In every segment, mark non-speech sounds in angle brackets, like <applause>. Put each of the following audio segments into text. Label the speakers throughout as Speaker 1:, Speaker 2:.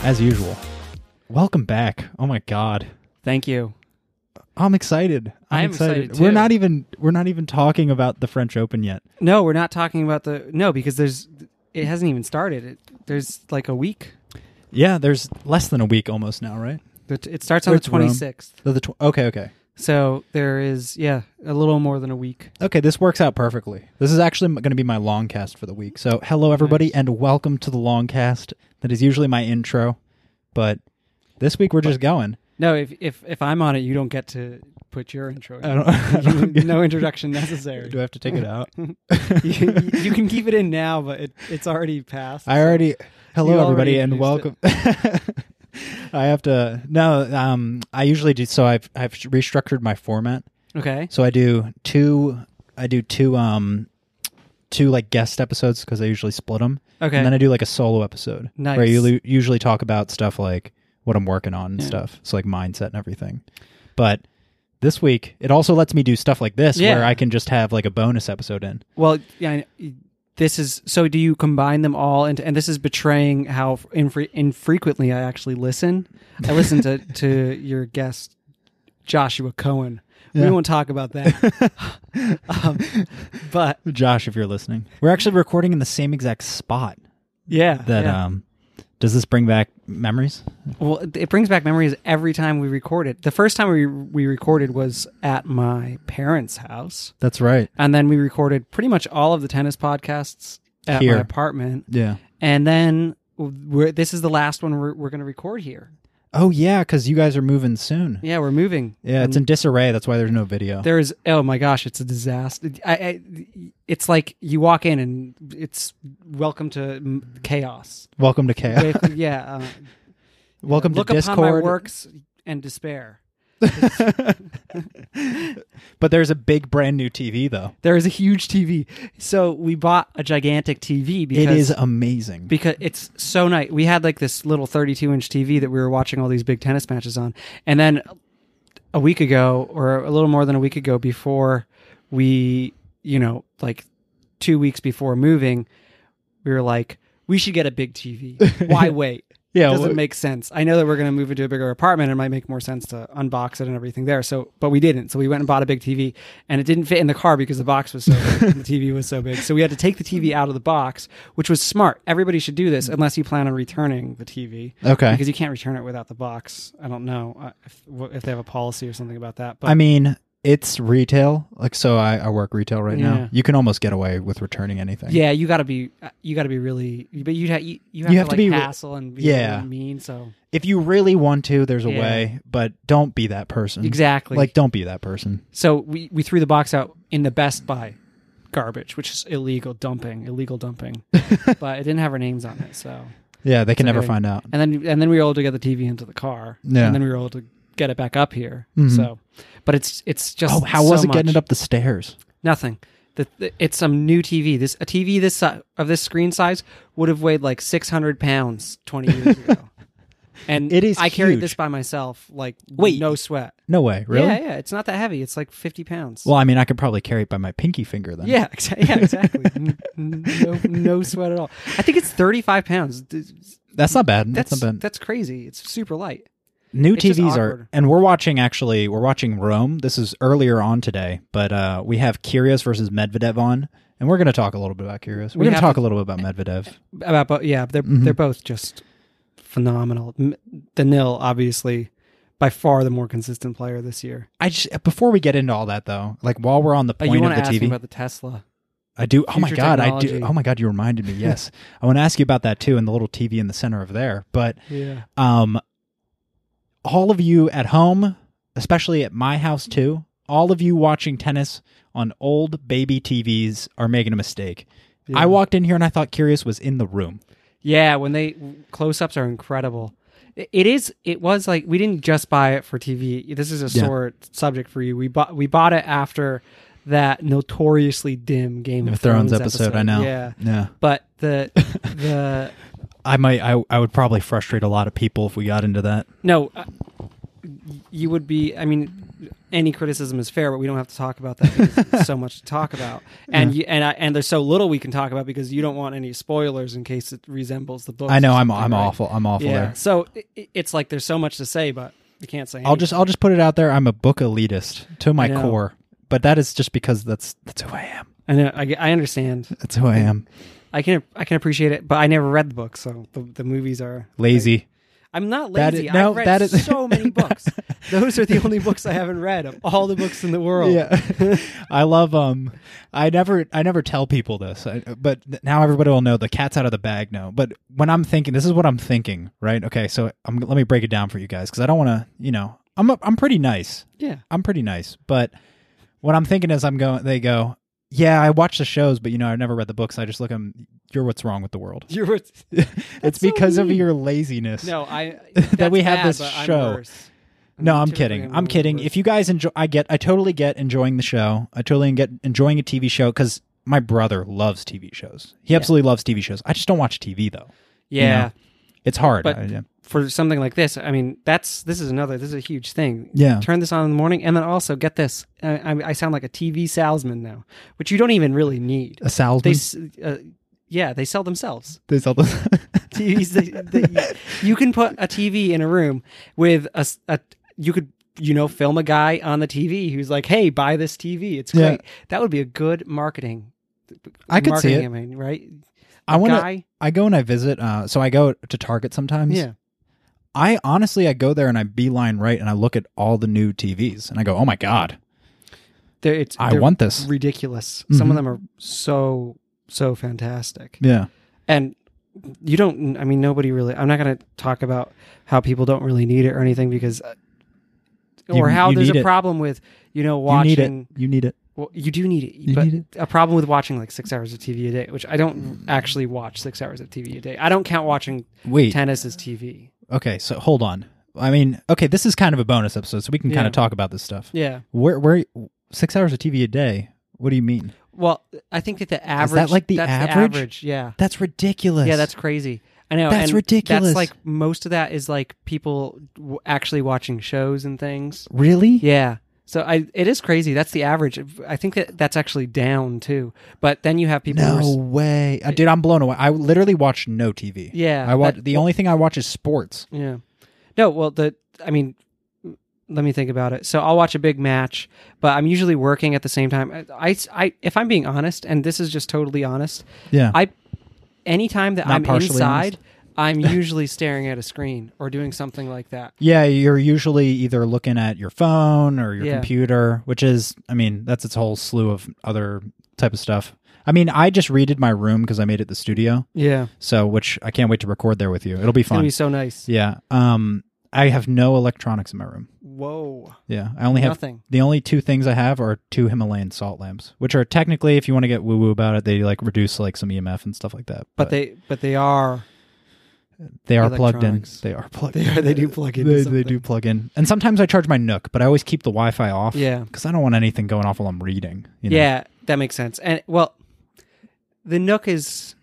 Speaker 1: as usual. Welcome back. Oh my god.
Speaker 2: Thank you.
Speaker 1: I'm excited. I'm
Speaker 2: I am excited, too.
Speaker 1: We're not even we're not even talking about the French Open yet.
Speaker 2: No, we're not talking about the no because there's it hasn't even started. It, there's like a week.
Speaker 1: Yeah, there's less than a week almost now, right?
Speaker 2: It it starts on the
Speaker 1: It's Rome.
Speaker 2: twenty sixth.
Speaker 1: The, the tw- okay, okay.
Speaker 2: So there is yeah a little more than a week.
Speaker 1: Okay, this works out perfectly. This is actually going to be my long cast for the week. So, hello everybody and welcome to the long cast. That is usually my intro, but this week we're just going.
Speaker 2: No, if if if I'm on it, you don't get to put your intro. In.
Speaker 1: I don't- <laughs> I don't get-
Speaker 2: no introduction
Speaker 1: <laughs> Do
Speaker 2: necessary.
Speaker 1: I have to take it out?
Speaker 2: you, you can keep it in now, but it, it's already passed.
Speaker 1: I already hello
Speaker 2: You
Speaker 1: everybody
Speaker 2: already
Speaker 1: and welcome. <laughs>
Speaker 2: introduced
Speaker 1: I have to no. Um, I usually do so. I've I've restructured my format.
Speaker 2: Okay.
Speaker 1: So I do two. I do two. Um, two like guest episodes because I usually split them,
Speaker 2: Okay.
Speaker 1: and then I do like a solo episode
Speaker 2: Nice.
Speaker 1: where you lu- usually talk about stuff like what I'm working on and
Speaker 2: Yeah.
Speaker 1: stuff. So like mindset and everything. But this week, it also lets me do stuff like this
Speaker 2: Yeah.
Speaker 1: where I can just have like a bonus episode in.
Speaker 2: Well, yeah, I- this is so. Do you combine them all? And and this is betraying how infre- infrequently I actually listen. I listen
Speaker 1: <laughs>
Speaker 2: to to your guest Joshua Cohen.
Speaker 1: Yeah.
Speaker 2: We won't talk about that.
Speaker 1: <laughs>
Speaker 2: um, but
Speaker 1: Josh, if you're listening, we're actually recording in the same exact spot.
Speaker 2: yeah,
Speaker 1: that
Speaker 2: yeah.
Speaker 1: um does this bring back memories
Speaker 2: well, it- it brings back memories every time we record it. The first time we we recorded was at my parents' house,
Speaker 1: that's right
Speaker 2: and then we recorded pretty much all of the tennis podcasts at
Speaker 1: Here.
Speaker 2: my apartment,
Speaker 1: yeah
Speaker 2: and then. We're, this is the last one we're, we're going to record here.
Speaker 1: oh yeah because you guys are moving soon yeah,
Speaker 2: Yeah, we're moving.
Speaker 1: it's in disarray that's why there's no video
Speaker 2: There is oh my gosh, it's a disaster. I, I, it's like you walk in and it's welcome to m- chaos.
Speaker 1: welcome to chaos
Speaker 2: Wait, yeah, uh,
Speaker 1: <laughs> welcome
Speaker 2: look
Speaker 1: to
Speaker 2: upon my
Speaker 1: discord
Speaker 2: works and despair.
Speaker 1: but there's a big brand new tv though
Speaker 2: There is a huge TV, so we bought a gigantic TV because
Speaker 1: it is amazing
Speaker 2: because it's so nice. We had like this little 32 inch TV that we were watching all these big tennis matches on. And then a week ago, or a little more than a week ago, before we, you know, like two weeks before moving, we were like, we should get a big TV. Why wait?
Speaker 1: yeah
Speaker 2: It doesn't
Speaker 1: w-
Speaker 2: make sense. I know that we're going to move into a bigger apartment. and It might make more sense to unbox it and everything there. So, but we didn't. So we went and bought a big TV, and it didn't fit in the car because the box was so big and the TV was so big. So we had to take the TV out of the box, which was smart. Everybody should do this unless you plan on returning the TV.
Speaker 1: okay
Speaker 2: Because you can't return it without the box. I don't know uh, if, wh- if they have a policy or something about that. But
Speaker 1: i mean it's retail like so i, I work retail right now
Speaker 2: Yeah.
Speaker 1: you can almost get away with returning anything
Speaker 2: yeah, you got to be uh, you got to be really. But you ha- you, you have,
Speaker 1: You have
Speaker 2: to,
Speaker 1: to
Speaker 2: like
Speaker 1: be re-
Speaker 2: hassle and be
Speaker 1: Yeah.
Speaker 2: really mean. So
Speaker 1: if you really want to there's a
Speaker 2: Yeah.
Speaker 1: way but don't be that person
Speaker 2: exactly
Speaker 1: Mm. like don't be that
Speaker 2: <laughs>
Speaker 1: person
Speaker 2: So we, we threw the box out in the Best Buy garbage, which is illegal dumping, illegal dumping. but it didn't have our names on it, so
Speaker 1: yeah they can never
Speaker 2: okay.
Speaker 1: find out
Speaker 2: and then and then we were able to get the TV into the car,
Speaker 1: Yeah.
Speaker 2: and then we were able to get it back up here.
Speaker 1: Mhm.
Speaker 2: So, but it's it's just
Speaker 1: oh how
Speaker 2: so
Speaker 1: was it
Speaker 2: much.
Speaker 1: getting it up the stairs
Speaker 2: Nothing. The, the- it's some new TV. This a TV this si- of this screen size would have weighed like six hundred pounds twenty years
Speaker 1: <laughs>
Speaker 2: ago. And
Speaker 1: It is
Speaker 2: I carried
Speaker 1: huge.
Speaker 2: this by myself, like
Speaker 1: Wait.
Speaker 2: no sweat.
Speaker 1: No way, really?
Speaker 2: Yeah, yeah. It's not that heavy. It's like fifty pounds.
Speaker 1: Well, I mean, I could probably carry it by my pinky finger then.
Speaker 2: Yeah,
Speaker 1: <laughs>
Speaker 2: exa- yeah, exactly. N- n- no, no sweat at all. I think it's 35 pounds. Th-
Speaker 1: that's not bad. That's,
Speaker 2: That's
Speaker 1: not bad.
Speaker 2: that's crazy. It's super light.
Speaker 1: New
Speaker 2: it's just
Speaker 1: TVs
Speaker 2: awkward.
Speaker 1: are, and we're watching actually. We're watching Rome. This is earlier on today, but uh, we have Kyrgios versus Medvedev on, and we're going to talk a little bit about Kyrgios. We're
Speaker 2: We
Speaker 1: going to
Speaker 2: have
Speaker 1: talk
Speaker 2: to-
Speaker 1: a little bit about Medvedev.
Speaker 2: About, but yeah, they're
Speaker 1: Mm-hmm.
Speaker 2: they're both just phenomenal. M- Danil, obviously, by far the more consistent player this year.
Speaker 1: I just before we get into all that though, like while we're on the
Speaker 2: Uh,
Speaker 1: point
Speaker 2: you
Speaker 1: of
Speaker 2: want
Speaker 1: the
Speaker 2: to ask me
Speaker 1: TV,
Speaker 2: about the Tesla?
Speaker 1: I do. Oh my
Speaker 2: Future
Speaker 1: god, I do.
Speaker 2: technology.
Speaker 1: Oh my god, you reminded me. Yes,
Speaker 2: <laughs>
Speaker 1: I want to ask you about that too, and the little TV in the center of there. But
Speaker 2: Yeah,
Speaker 1: um, all of you at home, especially at my house too, all of you watching tennis on old baby TVs are making a mistake.
Speaker 2: Yeah.
Speaker 1: I walked in here and I thought Curious was in the room.
Speaker 2: yeah. When they close ups are incredible. It- It is. It was like we didn't just buy it for TV. This is a
Speaker 1: Yeah.
Speaker 2: sore subject for you. We bought we bought it after that notoriously dim Game
Speaker 1: Game
Speaker 2: of
Speaker 1: of Thrones episode, I know.
Speaker 2: Yeah,
Speaker 1: Yeah,
Speaker 2: but the the <laughs>
Speaker 1: I might. I I would probably frustrate a lot of people if we got into that.
Speaker 2: no uh, you would uh, be i mean any criticism is fair, but we don't have to talk about that. Because there's <laughs> so much to talk about, and you, and I, and there's so little we can talk about because you don't want any spoilers in case it resembles the book.
Speaker 1: I know I'm I'm awful. I'm awful
Speaker 2: Yeah,
Speaker 1: there.
Speaker 2: so i- i it's like there's so much to say, but we can't say.
Speaker 1: I'll just I'll just put it out there. I'm a book elitist to my
Speaker 2: know.
Speaker 1: core, but that is just because that's that's who I am.
Speaker 2: I know. I, I understand.
Speaker 1: That's who I am.
Speaker 2: I can I can appreciate it, but I never read the book, so the, the movies are
Speaker 1: Lazy.
Speaker 2: I'm not
Speaker 1: That
Speaker 2: lazy.
Speaker 1: is- no,
Speaker 2: I've read
Speaker 1: that is- <laughs>
Speaker 2: so many books. Those are the only books I haven't read of all the books in the world.
Speaker 1: Yeah, <laughs> I love. Um, I never, I never tell people this, I, but th- now everybody will know. The cat's out of the bag. No, but when I'm thinking, this is what I'm thinking, right? Okay, so I'm, let me break it down for you guys because I don't want to, you know, I'm, a, I'm pretty nice.
Speaker 2: Yeah.
Speaker 1: I'm pretty nice, but what I'm thinking is, I'm going. They go, yeah, I watch the shows, but you know, I never read the books. I just look at 'em, You're what's wrong with the world.
Speaker 2: You were
Speaker 1: <laughs> it's
Speaker 2: so
Speaker 1: because of
Speaker 2: mean.
Speaker 1: your laziness.
Speaker 2: No, I
Speaker 1: <laughs> That we have this show. No, I'm kidding. I'm kidding. If you guys enjoy, I get, I totally get enjoying the show. I totally get enjoying a TV show because my brother loves TV shows. He absolutely loves TV shows. I just don't watch TV though. you
Speaker 2: yeah,
Speaker 1: know? it's hard.
Speaker 2: But-
Speaker 1: I- yeah.
Speaker 2: for something like this, I mean, that's this is another. This is a huge thing.
Speaker 1: Yeah.
Speaker 2: Turn this on in the morning, and then also get this. I, I, I sound like a TV salesman now, which you don't even really need.
Speaker 1: A salesman.
Speaker 2: They,
Speaker 1: They,
Speaker 2: s- uh, yeah, they sell themselves. <laughs>
Speaker 1: sell the- <laughs>
Speaker 2: TVs that, that you, you can put a TV in a room with a, s- a- you could you know film a guy on the TV who's like, "Hey, buy this TV. It's
Speaker 1: Yeah.
Speaker 2: great." That would be a good marketing.
Speaker 1: I could see
Speaker 2: marketing
Speaker 1: it.
Speaker 2: campaign, right?
Speaker 1: I want to.
Speaker 2: guy.
Speaker 1: I go and I visit. Uh, so I go to Target sometimes.
Speaker 2: Yeah.
Speaker 1: I honestly, I go there and I beeline right and I look at all the new TVs and I go, oh my god,
Speaker 2: They're, it's
Speaker 1: I
Speaker 2: they're
Speaker 1: want Mm-hmm. this.
Speaker 2: ridiculous. Some of them are so so fantastic.
Speaker 1: Yeah.
Speaker 2: And you don't I mean nobody really I'm not going to talk about how people don't really need it or anything because uh,
Speaker 1: You-
Speaker 2: or how
Speaker 1: you
Speaker 2: there's
Speaker 1: need
Speaker 2: a
Speaker 1: it.
Speaker 2: problem with you know
Speaker 1: You
Speaker 2: watching
Speaker 1: need it. You need it.
Speaker 2: Well, you do need it,
Speaker 1: You
Speaker 2: but
Speaker 1: need
Speaker 2: a problem with watching like six hours of TV a day, which I don't actually watch six hours of TV a day. I don't count watching
Speaker 1: Wait.
Speaker 2: tennis as TV.
Speaker 1: Okay. So hold on. I mean, okay, this is kind of a bonus episode, so we can kind
Speaker 2: Yeah.
Speaker 1: of talk about this stuff.
Speaker 2: Yeah.
Speaker 1: Where where six hours of TV a day? What do you mean?
Speaker 2: Well, I think that the average
Speaker 1: like, the
Speaker 2: that's
Speaker 1: average?
Speaker 2: Yeah.
Speaker 1: That's ridiculous.
Speaker 2: Yeah, that's crazy. I know.
Speaker 1: That's
Speaker 2: and
Speaker 1: ridiculous.
Speaker 2: That's like most of that is like people w- actually watching shows and things.
Speaker 1: really
Speaker 2: Yeah. So I it is crazy. That's the average. I think that that's actually down too. But then you have people who
Speaker 1: No
Speaker 2: are s-
Speaker 1: way, Uh, dude! I'm blown away. I literally watch no TV.
Speaker 2: Yeah,
Speaker 1: I watch
Speaker 2: that-
Speaker 1: the only thing I watch is sports.
Speaker 2: Yeah. No, well, the I mean, let me think about it. So I'll watch a big match, but I'm usually working at the same time. I, I, I- if I'm being honest, and this is just totally honest,
Speaker 1: Yeah,
Speaker 2: I anytime that
Speaker 1: Not
Speaker 2: I'm
Speaker 1: partially
Speaker 2: inside,
Speaker 1: <laughs>
Speaker 2: I'm usually staring at a screen or doing something like that.
Speaker 1: yeah. You're usually either looking at your phone or your
Speaker 2: Yeah.
Speaker 1: computer, which is, I mean, that's its whole slew of other type of stuff. I mean, I just redid my room because I made it the studio,
Speaker 2: Yeah,
Speaker 1: so which I can't wait to record there with you. It'll be
Speaker 2: it's gonna
Speaker 1: fun.
Speaker 2: be so nice.
Speaker 1: yeah. Um, I have no electronics in my room.
Speaker 2: Whoa,
Speaker 1: Yeah, I only have
Speaker 2: nothing.
Speaker 1: The only two things I have are two Himalayan salt lamps, which are technically, if you want to get woo woo about it, they like reduce like some EMF and stuff like that.
Speaker 2: But they, but they are,
Speaker 1: they are plugged in.
Speaker 2: electronics. <laughs>
Speaker 1: They are plugged.
Speaker 2: they
Speaker 1: in.
Speaker 2: are, they do plug into
Speaker 1: They, they
Speaker 2: something.
Speaker 1: do plug in, and sometimes I charge my Nook, but I always keep the Wi-Fi off.
Speaker 2: Yeah.
Speaker 1: because I don't want anything going off while I'm reading. you know?
Speaker 2: Yeah, that makes sense. And well, the Nook is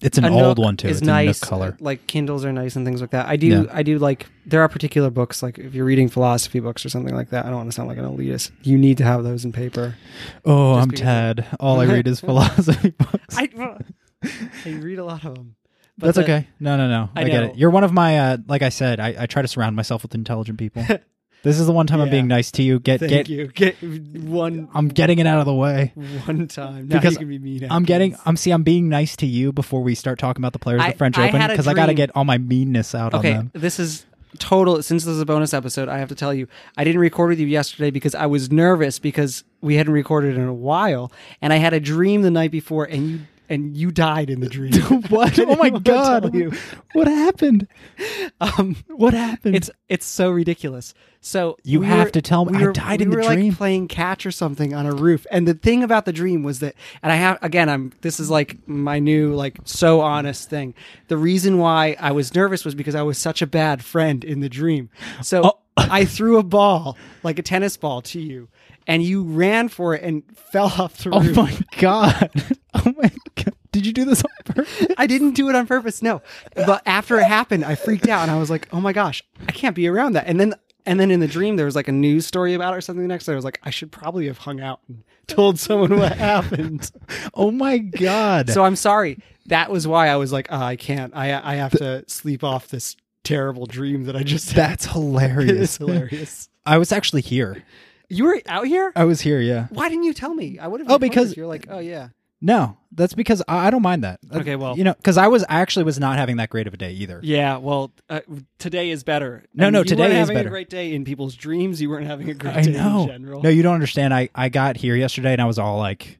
Speaker 1: it's an
Speaker 2: a
Speaker 1: old
Speaker 2: Nook
Speaker 1: one too.
Speaker 2: Is
Speaker 1: It's
Speaker 2: nice.
Speaker 1: a Nook color.
Speaker 2: Like Kindles are nice and things like that. I do.
Speaker 1: Yeah.
Speaker 2: I do like. There are particular books like if you're reading philosophy books or something like that. I don't want to sound like an elitist. You need to have those in paper.
Speaker 1: Oh,
Speaker 2: Just
Speaker 1: I'm
Speaker 2: because-
Speaker 1: Tad. All I read is philosophy books.
Speaker 2: <laughs> I, <laughs> I read a lot of them.
Speaker 1: That's okay. No, no, no. I,
Speaker 2: I
Speaker 1: get
Speaker 2: know.
Speaker 1: it. You're one of my. Uh, like I said, I, I try to surround myself with intelligent people.
Speaker 2: <laughs>
Speaker 1: this is the one time I'm
Speaker 2: Yeah.
Speaker 1: being nice to you. Get
Speaker 2: Thank
Speaker 1: get.
Speaker 2: you. Get one.
Speaker 1: I'm getting it out of the way.
Speaker 2: one time now
Speaker 1: Because
Speaker 2: you can be mean.
Speaker 1: I'm getting.
Speaker 2: afterwards.
Speaker 1: I'm see. I'm being nice to you before we start talking about the players of
Speaker 2: I-
Speaker 1: the French
Speaker 2: I
Speaker 1: Open
Speaker 2: had a
Speaker 1: because I got to
Speaker 2: dream.
Speaker 1: get all my meanness out on
Speaker 2: okay. <laughs>
Speaker 1: them. <laughs>
Speaker 2: This is total. Since this is a bonus episode, I have to tell you, I didn't record with you yesterday because I was nervous because we hadn't recorded in a while, and I had a dream the night before, and you and you died in
Speaker 1: <laughs>
Speaker 2: the dream.
Speaker 1: what? Oh my
Speaker 2: I didn't wanna
Speaker 1: god!
Speaker 2: tell you.
Speaker 1: What happened?
Speaker 2: <laughs> Um,
Speaker 1: What happened?
Speaker 2: it's it's so ridiculous. So
Speaker 1: You
Speaker 2: we
Speaker 1: have
Speaker 2: were-
Speaker 1: to tell me.
Speaker 2: we
Speaker 1: I
Speaker 2: were-
Speaker 1: died
Speaker 2: we
Speaker 1: in the
Speaker 2: were,
Speaker 1: dream.
Speaker 2: Like playing catch or something on a roof, and the thing about the dream was that, and I have again, I'm this is like my new like so honest thing. The reason why I was nervous was because I was such a bad friend in the dream. So
Speaker 1: Oh.
Speaker 2: I threw a ball like a tennis ball to you, and you ran for it and fell off the
Speaker 1: <laughs> oh
Speaker 2: roof.
Speaker 1: my god! <laughs> Oh my god! Did you do this on
Speaker 2: <laughs>
Speaker 1: purpose?
Speaker 2: I didn't do it on purpose, no. But after it happened, I freaked out and I was like, oh my gosh, I can't be around that. And then And then in the dream, there was like a news story about it or something the next day. I was like, I should probably have hung out and told someone
Speaker 1: <laughs>
Speaker 2: what happened.
Speaker 1: Oh my god.
Speaker 2: so I'm sorry. That was why I was like, "Ah, I can't. I I have to sleep off this terrible dream that I just <laughs> had.
Speaker 1: that's
Speaker 2: <laughs> It is
Speaker 1: <laughs> hilarious.
Speaker 2: hilarious.
Speaker 1: I was actually here.
Speaker 2: You were out here?
Speaker 1: I was here, yeah.
Speaker 2: Why didn't you tell me? I would have.
Speaker 1: Oh,
Speaker 2: recorded
Speaker 1: because-
Speaker 2: if you're like, oh yeah.
Speaker 1: No, that's because I, I don't mind that. That-
Speaker 2: Okay, well-
Speaker 1: you know, because I was I actually was not having that great of a day either.
Speaker 2: Yeah, well, uh, today is better.
Speaker 1: No, no,
Speaker 2: you
Speaker 1: today
Speaker 2: weren't
Speaker 1: is
Speaker 2: having
Speaker 1: better.
Speaker 2: a great day in people's dreams. You weren't having a great
Speaker 1: I
Speaker 2: day
Speaker 1: know.
Speaker 2: in general.
Speaker 1: No, you don't understand. I I got here yesterday and I was all like,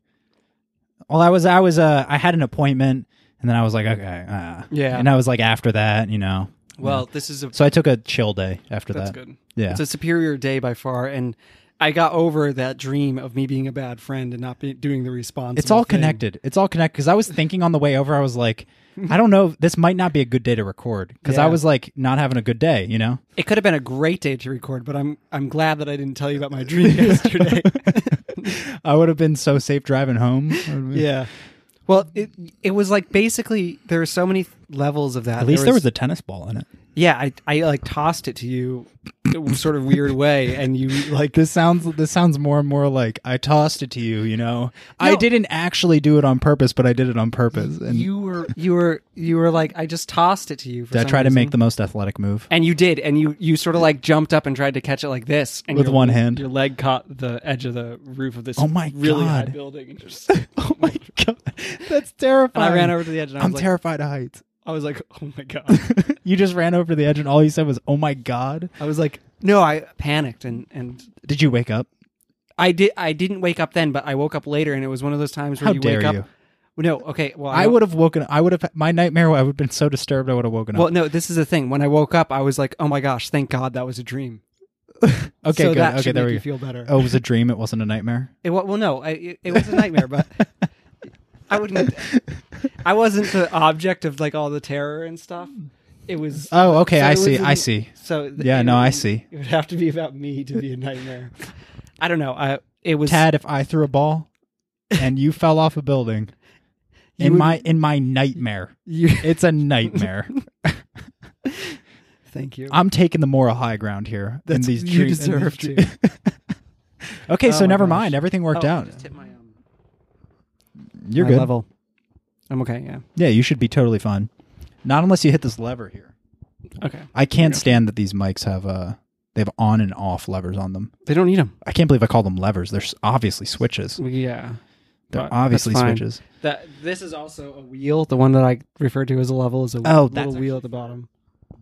Speaker 1: well, I was I was uh I had an appointment and then I was like okay uh,
Speaker 2: Yeah.
Speaker 1: and I was like after that you know
Speaker 2: well, this is a <laughs>
Speaker 1: so I took a chill day after
Speaker 2: that's
Speaker 1: that.
Speaker 2: good.
Speaker 1: Yeah.
Speaker 2: It's a superior day by far, and I got over that dream of me being a bad friend and not be, doing the response.
Speaker 1: It's all connected. It's all connected because I was thinking on the way over, I was
Speaker 2: <laughs>
Speaker 1: like, I don't know, this might not be a good day to record because I
Speaker 2: Yeah.
Speaker 1: was like not having a good day, you know?
Speaker 2: It could have been a great day to record, but I'm I'm glad that I didn't tell you about my
Speaker 1: <laughs>
Speaker 2: dream yesterday.
Speaker 1: I would have been so safe driving
Speaker 2: <laughs>
Speaker 1: home.
Speaker 2: yeah. Well, it it was like basically there are so many levels of that.
Speaker 1: At least there was, a tennis ball in it.
Speaker 2: yeah. I I like tossed it to you, in a sort of weird way, and you
Speaker 1: <laughs>
Speaker 2: like
Speaker 1: This sounds this sounds more and more like I tossed it to you, you know. I
Speaker 2: No.
Speaker 1: didn't actually do it on purpose, but I did it on purpose. And
Speaker 2: you were you were you were like I just tossed it to you. For
Speaker 1: did I
Speaker 2: some
Speaker 1: try to
Speaker 2: reason.
Speaker 1: make the most athletic
Speaker 2: <laughs>
Speaker 1: move?
Speaker 2: And you did, and you you sort of like jumped up and tried to catch it like this, and
Speaker 1: With
Speaker 2: your-
Speaker 1: one hand.
Speaker 2: Your leg caught the edge of the roof of this.
Speaker 1: Oh my
Speaker 2: Really high
Speaker 1: God.
Speaker 2: building,
Speaker 1: <laughs>
Speaker 2: and just.
Speaker 1: Oh my god. That's
Speaker 2: And
Speaker 1: terrifying.
Speaker 2: I ran over to the edge, and I was
Speaker 1: I'm
Speaker 2: like,
Speaker 1: terrified of heights. <laughs>
Speaker 2: I was like, oh my god.
Speaker 1: You just ran over to the edge and all you said was, Oh my god.
Speaker 2: I was like, no, I panicked, and and
Speaker 1: Did you wake up?
Speaker 2: I did. I didn't wake up then, but I woke up later, and it was one of those times where
Speaker 1: How
Speaker 2: you
Speaker 1: dare
Speaker 2: wake up.
Speaker 1: you.
Speaker 2: No, okay. Well,
Speaker 1: I
Speaker 2: don't-
Speaker 1: would have woken. I would have my nightmare. I would have been so disturbed. I would have woken
Speaker 2: Well,
Speaker 1: up.
Speaker 2: no, this is the thing. When I woke up, I was like, oh my gosh, thank God that was a dream.
Speaker 1: Okay,
Speaker 2: so
Speaker 1: good.
Speaker 2: That
Speaker 1: okay,
Speaker 2: should
Speaker 1: there
Speaker 2: make
Speaker 1: we
Speaker 2: you
Speaker 1: go.
Speaker 2: feel better.
Speaker 1: Oh, it was a dream. It wasn't a
Speaker 2: <laughs>
Speaker 1: nightmare.
Speaker 2: It, wa- well, no, I, it, it was a nightmare, but
Speaker 1: <laughs>
Speaker 2: I wouldn't. I wasn't the object of like all the terror and stuff. It was.
Speaker 1: Oh, okay.
Speaker 2: so
Speaker 1: I
Speaker 2: it was
Speaker 1: see.
Speaker 2: an-
Speaker 1: I see.
Speaker 2: So th-
Speaker 1: Yeah,
Speaker 2: it
Speaker 1: no, I
Speaker 2: would-
Speaker 1: see.
Speaker 2: It would have to be about me to be a nightmare. I don't know. I it was
Speaker 1: Tad, if I threw a ball and
Speaker 2: <laughs>
Speaker 1: you fell off a building
Speaker 2: You
Speaker 1: in
Speaker 2: would-
Speaker 1: my in my nightmare,
Speaker 2: you. <laughs>
Speaker 1: it's a nightmare.
Speaker 2: Thank you.
Speaker 1: I'm taking the moral high ground here. in
Speaker 2: That's-
Speaker 1: these
Speaker 2: you
Speaker 1: dream- in these
Speaker 2: deserve
Speaker 1: dream-
Speaker 2: to.
Speaker 1: <laughs> Okay, so
Speaker 2: Oh my
Speaker 1: never
Speaker 2: gosh.
Speaker 1: mind. Everything worked
Speaker 2: Oh, I
Speaker 1: out.
Speaker 2: just hit my, um,
Speaker 1: You're
Speaker 2: my
Speaker 1: good.
Speaker 2: Level. I'm okay. Yeah.
Speaker 1: Yeah, you should be totally fine. Not unless you hit this lever here.
Speaker 2: Okay.
Speaker 1: I can't stand that these mics have uh they have on and off levers on them.
Speaker 2: They don't need them.
Speaker 1: I can't believe I call them levers. They're s- obviously switches.
Speaker 2: Yeah.
Speaker 1: They're
Speaker 2: But
Speaker 1: obviously
Speaker 2: that's fine.
Speaker 1: switches.
Speaker 2: That this is also a wheel. The one that I referred to as a level is a
Speaker 1: Oh, that's
Speaker 2: little wheel
Speaker 1: actually
Speaker 2: at the bottom.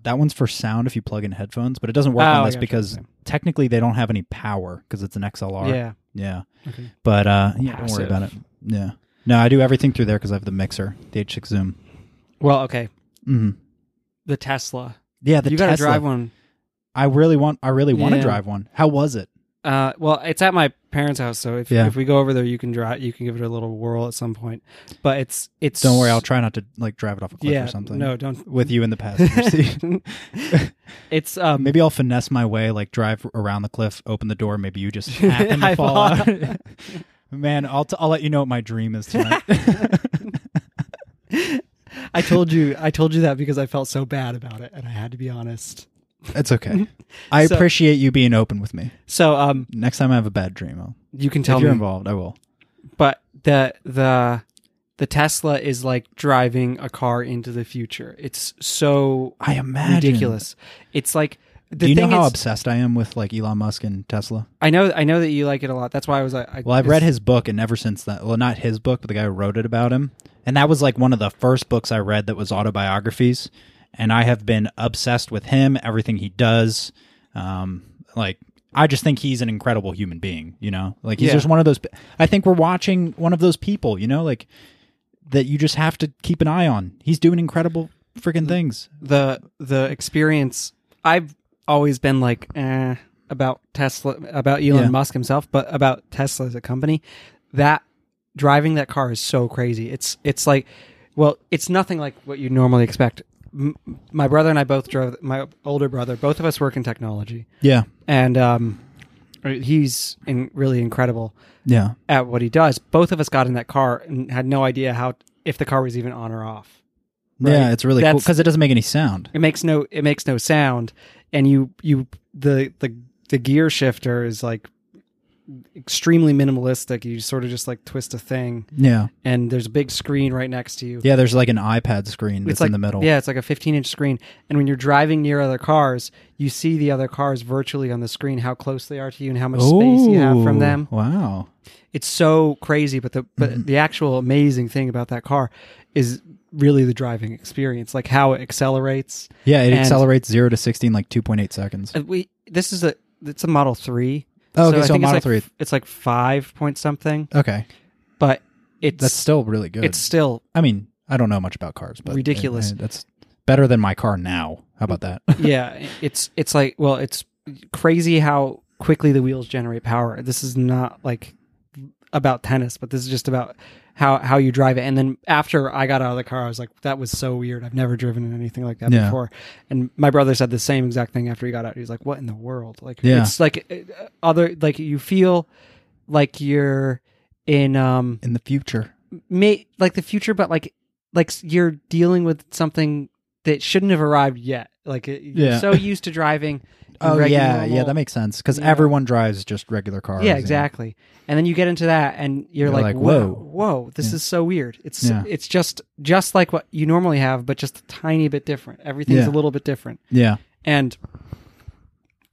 Speaker 1: That one's for sound if you plug in headphones, but it doesn't work
Speaker 2: Oh, I
Speaker 1: on this
Speaker 2: gotcha.
Speaker 1: because
Speaker 2: Okay.
Speaker 1: technically they don't have any power because it's an XLR.
Speaker 2: Yeah.
Speaker 1: Yeah.
Speaker 2: Okay.
Speaker 1: But uh, yeah, don't worry
Speaker 2: Passive.
Speaker 1: about it. Yeah. No, I do everything through there because I have the mixer, the H6 Zoom.
Speaker 2: Well, okay.
Speaker 1: hmm
Speaker 2: The Tesla.
Speaker 1: Yeah, the
Speaker 2: you got
Speaker 1: Tesla.
Speaker 2: to drive one.
Speaker 1: I really want. I really want to
Speaker 2: Yeah.
Speaker 1: drive one. How was it?
Speaker 2: Uh, well, it's at my parents' house, so if
Speaker 1: Yeah.
Speaker 2: if we go over there, you can drive. You can give it a little whirl at some point. But it's it's.
Speaker 1: Don't worry, I'll try not to like drive it off a cliff
Speaker 2: yeah.
Speaker 1: or something.
Speaker 2: No, don't.
Speaker 1: with you in the
Speaker 2: <laughs>
Speaker 1: passenger seat.
Speaker 2: it's um.
Speaker 1: Maybe I'll finesse my way, like drive around the cliff, open the door. Maybe you
Speaker 2: <laughs>
Speaker 1: just happen to
Speaker 2: I
Speaker 1: fall
Speaker 2: fall
Speaker 1: out. <laughs> Man, I'll t- I'll let you know what my dream is tonight.
Speaker 2: I told you. I told you that because I felt so bad about it, and I had to be honest.
Speaker 1: it's okay. I
Speaker 2: So-
Speaker 1: appreciate you being open with me.
Speaker 2: So um,
Speaker 1: Next time I have a bad dream, I'll,
Speaker 2: you can
Speaker 1: if
Speaker 2: tell
Speaker 1: you're
Speaker 2: me.
Speaker 1: involved, I will.
Speaker 2: but the the the Tesla is like driving a car into the future. It's so
Speaker 1: I imagine
Speaker 2: ridiculous. It's like the
Speaker 1: Do you know
Speaker 2: thing
Speaker 1: how
Speaker 2: is,
Speaker 1: obsessed I am with like Elon Musk and Tesla?
Speaker 2: I know I know that you like it a lot. That's why I was like, I,
Speaker 1: Well, I've read his book, and ever since that, well, not his book, but the guy who wrote it about him, and that was like one of the first books I read that was autobiographies, and I have been obsessed with him, everything he does, um, like. I just think he's an incredible human being, you know? Like he's
Speaker 2: Yeah.
Speaker 1: just one of those pe- I think we're watching one of those people, you know, like that you just have to keep an eye on. He's doing incredible freaking things.
Speaker 2: the the experience. I've always been like eh, about Tesla, about Elon
Speaker 1: Yeah.
Speaker 2: Musk himself, but about Tesla as a company. That driving that car is so crazy. It's it's like, well, it's nothing like what you normally expect. M- my brother and I both drove. My older brother, both of us work in technology.
Speaker 1: Yeah.
Speaker 2: and um, he's in, really incredible
Speaker 1: Yeah.
Speaker 2: at what he does. Both of us got in that car and had no idea how if the car was even on or off. Right.
Speaker 1: Yeah, it's really cool
Speaker 2: That's-
Speaker 1: cuz it doesn't make any sound.
Speaker 2: It makes no it makes no sound. and you you the the the gear shifter is like extremely minimalistic. You sort of just like twist a thing,
Speaker 1: Yeah.
Speaker 2: and there's a big screen right next to you.
Speaker 1: Yeah, there's like an iPad screen that's
Speaker 2: like,
Speaker 1: in the middle.
Speaker 2: Yeah, it's like a 15 inch screen. And when you're driving near other cars, you see the other cars virtually on the screen, how close they are to you and how much space you have from
Speaker 1: Ooh, Mm-hmm.
Speaker 2: them.
Speaker 1: Wow.
Speaker 2: It's so crazy, but the but the actual amazing thing about that car is really the driving experience, like how it accelerates.
Speaker 1: Yeah, it
Speaker 2: And-
Speaker 1: accelerates 0 to 16 like 2.8 seconds.
Speaker 2: Uh, We this is a it's a Model 3.
Speaker 1: Oh, okay,
Speaker 2: I
Speaker 1: so
Speaker 2: think
Speaker 1: Model
Speaker 2: it's like,
Speaker 1: 3.
Speaker 2: It's like 5 point something,
Speaker 1: Okay.
Speaker 2: but it's
Speaker 1: That's still really good.
Speaker 2: it's still
Speaker 1: I mean, I don't know much about cars, but
Speaker 2: Ridiculous.
Speaker 1: it- it- that's better than my car now. How about that?
Speaker 2: yeah, it's it's like well, it's crazy how quickly the wheels generate power. This is not like about tennis, but this is just about how how you drive it. And then after I got out of the car, I was like, that was so weird. I've never driven in anything like that
Speaker 1: Yeah.
Speaker 2: before. And my brother said the same exact thing after he got out. He's like, what in the world? Like
Speaker 1: Yeah.
Speaker 2: it's like uh, other like you feel like you're in um
Speaker 1: in the future.
Speaker 2: may like the future, but like like s- you're dealing with something that shouldn't have arrived yet. Like it, you're
Speaker 1: Yeah.
Speaker 2: so used to driving.
Speaker 1: <laughs> Oh
Speaker 2: <laughs> regular
Speaker 1: yeah, yeah,
Speaker 2: normal-
Speaker 1: that makes sense because
Speaker 2: Yeah.
Speaker 1: everyone drives just regular cars.
Speaker 2: yeah
Speaker 1: and-
Speaker 2: exactly. And then you get into that, and you're,
Speaker 1: You're
Speaker 2: like,
Speaker 1: like,
Speaker 2: whoa,
Speaker 1: whoa.
Speaker 2: whoa, this
Speaker 1: Yeah.
Speaker 2: is so weird. It's
Speaker 1: Yeah.
Speaker 2: it's just just like what you normally have, but just a tiny bit different. Everything's
Speaker 1: Yeah.
Speaker 2: a little bit different,
Speaker 1: Yeah,
Speaker 2: and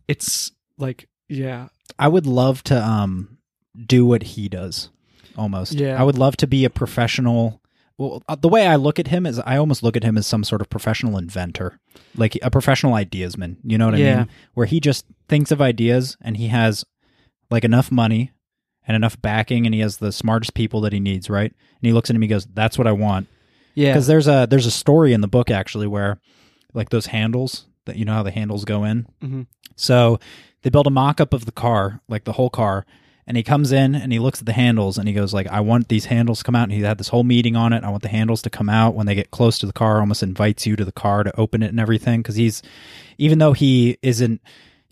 Speaker 2: it's like yeah,
Speaker 1: I would love to um do what he does. Almost.
Speaker 2: Yeah.
Speaker 1: I would love to be a professional. Well, uh, the way I look at him is, I almost look at him as some sort of professional inventor, like a professional ideasman. You know what I
Speaker 2: Yeah.
Speaker 1: mean? Where he just thinks of ideas and he has like enough money and enough backing, and he has the smartest people that he needs, right? And he looks at him, he goes, "That's what I want."
Speaker 2: yeah,
Speaker 1: because there's a there's a story in the book actually where like those handles that you know how the handles go in
Speaker 2: Mhm.
Speaker 1: so they build a mock-up of the car like the whole car and he comes in and he looks at the handles and he goes like i want these handles to come out and he had this whole meeting on it i want the handles to come out when they get close to the car almost invites you to the car to open it and everything because he's even though he isn't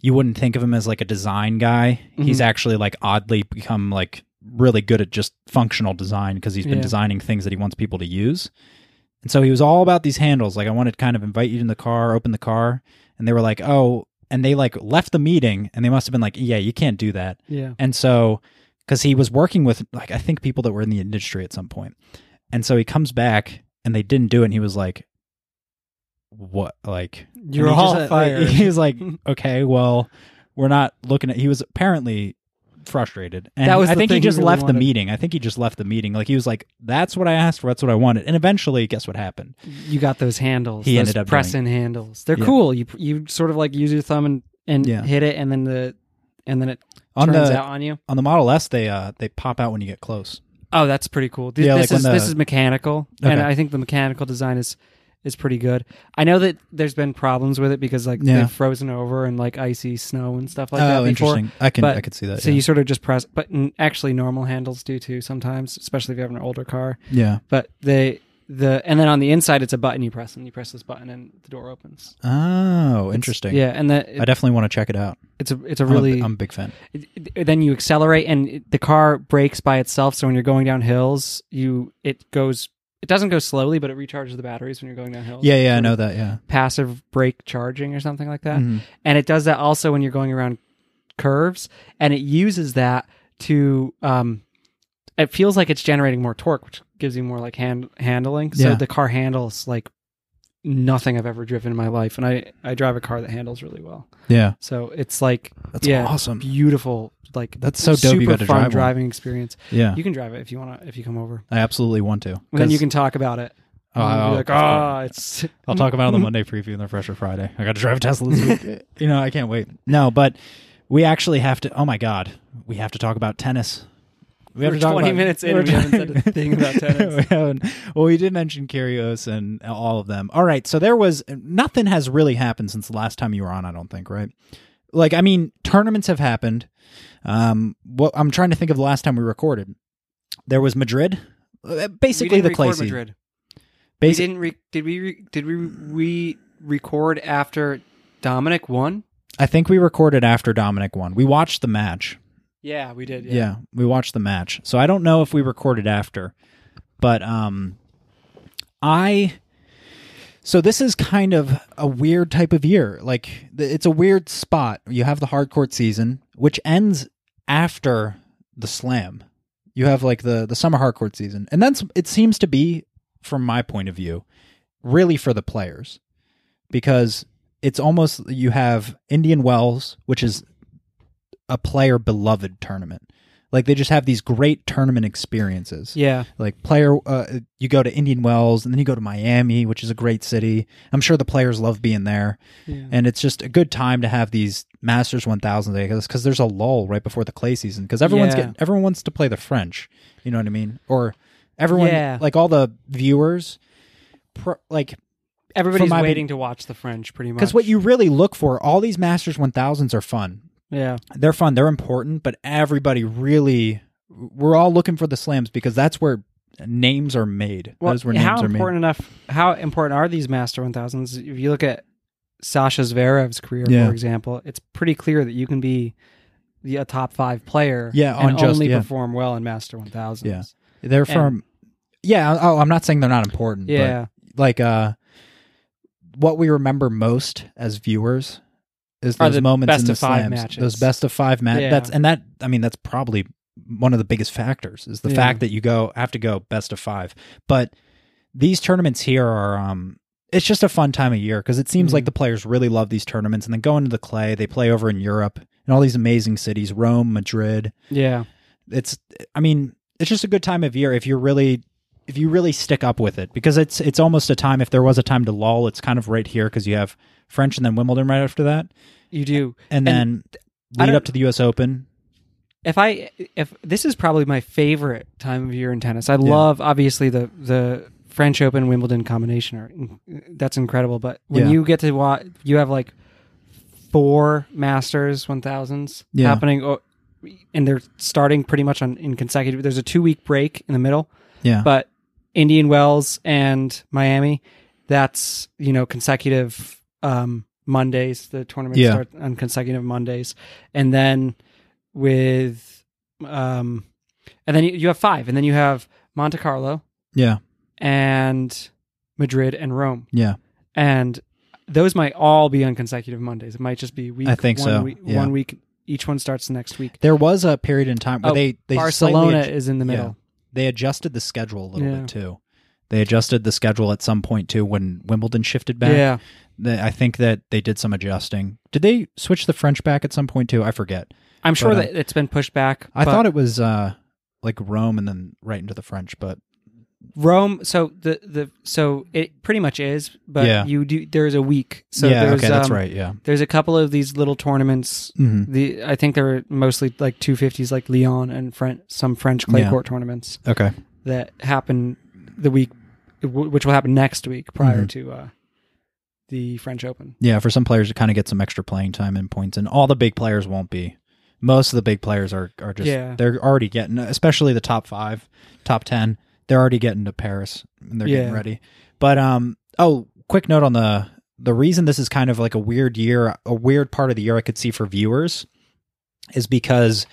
Speaker 1: you wouldn't think of him as like a design guy he's actually like oddly become like really good at just functional design because he's been
Speaker 2: Yeah.
Speaker 1: designing things that he wants people to use and so he was all about these handles. Like, I wanted to kind of invite you in the car, open the car. And they were like, oh, and they like left the meeting and they must have been like, yeah, you can't do that.
Speaker 2: yeah,
Speaker 1: And so, because he was working with like, I think people that were in the industry at some point. And so he comes back and they didn't do it. And he was like, what? Like, and
Speaker 2: you're
Speaker 1: he
Speaker 2: all
Speaker 1: just- like,
Speaker 2: fired.
Speaker 1: <laughs> he was like,
Speaker 2: <laughs>
Speaker 1: okay, well, we're not looking at, he was apparently frustrated. And
Speaker 2: That was
Speaker 1: I
Speaker 2: the
Speaker 1: think
Speaker 2: thing
Speaker 1: he
Speaker 2: he
Speaker 1: just
Speaker 2: really
Speaker 1: left
Speaker 2: wanted.
Speaker 1: the meeting. I think he just left the meeting. Like, he was like, that's what I asked for. That's what I wanted. And eventually, guess what happened?
Speaker 2: you got those handles.
Speaker 1: He
Speaker 2: those
Speaker 1: ended up
Speaker 2: press in handles. They're
Speaker 1: Yeah.
Speaker 2: cool. You you sort of like use your thumb and and
Speaker 1: Yeah.
Speaker 2: hit it, and then the and then it
Speaker 1: on
Speaker 2: turns
Speaker 1: the
Speaker 2: out on you.
Speaker 1: on the Model S, they uh they pop out when you get close.
Speaker 2: Oh, that's pretty cool. Th-
Speaker 1: Yeah, like
Speaker 2: this
Speaker 1: when
Speaker 2: is
Speaker 1: the-
Speaker 2: this is mechanical, and
Speaker 1: Okay.
Speaker 2: I think the mechanical design is is pretty good. I know that there's been problems with it because like
Speaker 1: Yeah.
Speaker 2: they've frozen over and like icy snow and stuff like that.
Speaker 1: oh,
Speaker 2: before.
Speaker 1: interesting. I can
Speaker 2: but-
Speaker 1: I could see that.
Speaker 2: So
Speaker 1: yeah.
Speaker 2: you sort of just press, but n- actually, normal handles do too sometimes, especially if you have an older car.
Speaker 1: yeah.
Speaker 2: But they the and then on the inside, it's a button you press, and you press this button, and the door opens.
Speaker 1: Oh, interesting.
Speaker 2: Yeah, and that
Speaker 1: I definitely want to check it out.
Speaker 2: it's a it's a
Speaker 1: I'm a-
Speaker 2: really
Speaker 1: I'm a, big fan.
Speaker 2: it- it- then you accelerate and it- the car brakes by itself so when you're going down hills you it goes it doesn't go slowly but it recharges the batteries when you're going down hills
Speaker 1: Yeah, yeah, I
Speaker 2: Sort
Speaker 1: know
Speaker 2: of
Speaker 1: that. Yeah,
Speaker 2: passive brake charging or something like that
Speaker 1: Mhm.
Speaker 2: and it does that also when you're going around curves and it uses that to um it feels like it's generating more torque which gives you more like hand handling so
Speaker 1: Yeah.
Speaker 2: the car handles like nothing i've ever driven in my life and i i drive a car that handles really well
Speaker 1: yeah.
Speaker 2: so it's like
Speaker 1: That's
Speaker 2: Yeah.
Speaker 1: awesome.
Speaker 2: beautiful like
Speaker 1: That's so dope.
Speaker 2: super
Speaker 1: You got to
Speaker 2: fun
Speaker 1: drive one.
Speaker 2: driving experience
Speaker 1: Yeah,
Speaker 2: you can drive it if you want to if you come over
Speaker 1: I absolutely want to.
Speaker 2: and then you
Speaker 1: 'Cause-
Speaker 2: can talk about it
Speaker 1: Oh,
Speaker 2: And you'll be
Speaker 1: I'll-
Speaker 2: like ah it's <laughs>
Speaker 1: I'll talk about it on
Speaker 2: Mm-hmm.
Speaker 1: the Monday preview and the Fresher Friday. I got to drive a Tesla this
Speaker 2: <laughs>
Speaker 1: week. you know, I can't wait. No, but we actually have to. Oh my God, we have to talk about tennis. We
Speaker 2: We're 20 minutes in
Speaker 1: <laughs> we're
Speaker 2: and we haven't said a thing about
Speaker 1: <laughs>
Speaker 2: tennis.
Speaker 1: we haven't- well, we did mention Curios and all of them. All right, so there was nothing has really happened since the last time you were on. I don't think, right? Like, I mean, tournaments have happened. Um, what I'm trying to think of the last time we recorded. There was Madrid, Uh, basically the clay seed.
Speaker 2: Madrid. We
Speaker 1: Basi-
Speaker 2: didn't re- did we re- did we re- record after Dominic won?
Speaker 1: I think we recorded after Dominic won. We watched the match.
Speaker 2: Yeah, we did.
Speaker 1: Yeah. we watched the match. So I don't know if we recorded after, but um, I So this is kind of a weird type of year. Like th- it's a weird spot. You have the hardcore season, which ends after the slam. You have like the the summer hardcore season, and that's it seems to be, from my point of view, really for the players, because it's almost you have Indian Wells, which is a player beloved tournament. Like they just have these great tournament experiences
Speaker 2: Yeah.
Speaker 1: like player uh, you go to indian wells and then you go to miami which is a great city i'm sure the players love being there
Speaker 2: Yeah.
Speaker 1: and it's just a good time to have these masters 1000 days because there's a lull right before the clay season because everyone's
Speaker 2: Yeah.
Speaker 1: getting everyone wants to play the french you know what i mean or everyone
Speaker 2: Yeah.
Speaker 1: like all the viewers pro, like
Speaker 2: Everybody's
Speaker 1: my-
Speaker 2: waiting to watch the French pretty much.
Speaker 1: because what you really look for all these masters 1000s are fun
Speaker 2: Yeah.
Speaker 1: they're fun they're important but everybody really we're all looking for the slams because that's where names are made
Speaker 2: Well,
Speaker 1: those were names
Speaker 2: how
Speaker 1: are made
Speaker 2: important enough how important are these Master 1000s? If you look at Sasha Zverev's career
Speaker 1: Yeah.
Speaker 2: for example, it's pretty clear that you can be the, a top 5 player
Speaker 1: Yeah, on
Speaker 2: and
Speaker 1: just-
Speaker 2: only
Speaker 1: yeah.
Speaker 2: perform well in Master 1000s.
Speaker 1: Yeah. They're
Speaker 2: And-
Speaker 1: from Yeah, I- oh, I'm not saying they're not important,
Speaker 2: Yeah.
Speaker 1: but like uh what we remember most as viewers is
Speaker 2: Are
Speaker 1: those
Speaker 2: the
Speaker 1: moments
Speaker 2: best
Speaker 1: in the
Speaker 2: of five
Speaker 1: slams.
Speaker 2: matches.
Speaker 1: Those best of five matches.
Speaker 2: Yeah.
Speaker 1: That's and that I mean that's probably one of the biggest factors is the
Speaker 2: Yeah.
Speaker 1: fact that you go have to go best of five. But these tournaments here are um it's just a fun time of year because it seems
Speaker 2: Mhm.
Speaker 1: like the players really love these tournaments and then go into the clay, they play over in Europe and all these amazing cities, Rome, Madrid,
Speaker 2: Yeah.
Speaker 1: it's i mean it's just a good time of year if you're really if you really stick up with it because it's it's almost a time if there was a time to lull it's kind of right here because you have french and then wimbledon right after that
Speaker 2: You do.
Speaker 1: and, then
Speaker 2: I
Speaker 1: lead
Speaker 2: don't-
Speaker 1: up to the us open
Speaker 2: if I if this is probably my favorite time of year in tennis. I love obviously the the French Open Wimbledon combination are that's incredible. But when
Speaker 1: Yeah.
Speaker 2: you get to watch, you have like four Masters one thousands
Speaker 1: Yeah.
Speaker 2: happening, o- and they're starting pretty much on in consecutive. There's a two week break in the middle,
Speaker 1: yeah
Speaker 2: but Indian Wells and Miami, that's you know consecutive um, Mondays. The tournament
Speaker 1: Yeah.
Speaker 2: starts on consecutive Mondays, and then with um, and then you- you have five, and then you have Monte Carlo
Speaker 1: yeah
Speaker 2: and Madrid and Rome,
Speaker 1: yeah
Speaker 2: and those might all be on consecutive Mondays. It might just be week.
Speaker 1: I think
Speaker 2: one
Speaker 1: so,
Speaker 2: Week,
Speaker 1: yeah.
Speaker 2: One week. Each one starts the next week.
Speaker 1: there was a period in time where
Speaker 2: Oh,
Speaker 1: they they
Speaker 2: Barcelona
Speaker 1: slightly,
Speaker 2: is in the
Speaker 1: yeah.
Speaker 2: middle.
Speaker 1: they adjusted the schedule a little
Speaker 2: Yeah.
Speaker 1: bit too they adjusted the schedule at some point too when wimbledon shifted back
Speaker 2: Yeah,
Speaker 1: They- i think that they did some adjusting did they switch the french back at some point too i forget
Speaker 2: I'm sure
Speaker 1: But, uh,
Speaker 2: that it's been pushed back.
Speaker 1: I
Speaker 2: but-
Speaker 1: thought it was uh like Rome and then right into the French, but
Speaker 2: Rome. So the the so it pretty much is, but
Speaker 1: Yeah.
Speaker 2: you do there's a week. So
Speaker 1: yeah,
Speaker 2: there's,
Speaker 1: okay, that's
Speaker 2: um,
Speaker 1: right. Yeah,
Speaker 2: There's a couple of these little tournaments.
Speaker 1: hmm
Speaker 2: The I think they're mostly like two fifties, like Lyon and French, some French clay
Speaker 1: Yeah.
Speaker 2: court tournaments
Speaker 1: okay,
Speaker 2: that happen the week, w- which will happen next week prior
Speaker 1: Mhm.
Speaker 2: to uh, the French Open.
Speaker 1: yeah. For some players, to kind of get some extra playing time and points, and all the big players won't be. Most of the big players are are just
Speaker 2: Yeah.
Speaker 1: they're already getting, especially the top five, top ten. They're already getting to Paris and they're getting
Speaker 2: Yeah.
Speaker 1: ready. But um, oh, quick note on the the reason this is kind of like a weird year, a weird part of the year I could see for viewers, is because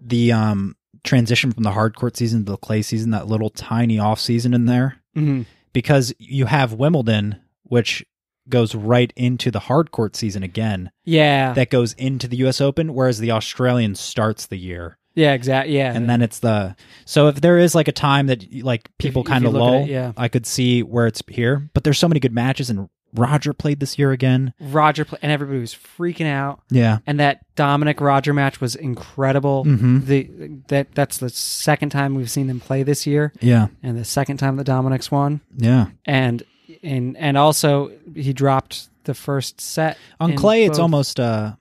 Speaker 1: the um transition from the hard court season to the clay season, that little tiny off season in there,
Speaker 2: Mm-hmm.
Speaker 1: because you have Wimbledon, which goes right into the hard court season again,
Speaker 2: Yeah,
Speaker 1: that goes into the U.S. Open, whereas the Australian starts the year,
Speaker 2: yeah, exactly. Yeah,
Speaker 1: and then it's the. So if there is like a time that like people
Speaker 2: if
Speaker 1: kind
Speaker 2: you
Speaker 1: of
Speaker 2: look at
Speaker 1: lull,
Speaker 2: it, yeah.
Speaker 1: I could see where it's here, but there's so many good matches, and Roger played this year again.
Speaker 2: Roger pla and everybody was freaking out.
Speaker 1: Yeah.
Speaker 2: And that Dominic Roger match was incredible.
Speaker 1: Mm-hmm.
Speaker 2: the that that's the second time we've seen them play this year,
Speaker 1: Yeah.
Speaker 2: and the second time the Dominic's won,
Speaker 1: Yeah.
Speaker 2: and and and also he dropped the first set
Speaker 1: On
Speaker 2: in
Speaker 1: clay, it's
Speaker 2: both-
Speaker 1: almost uh,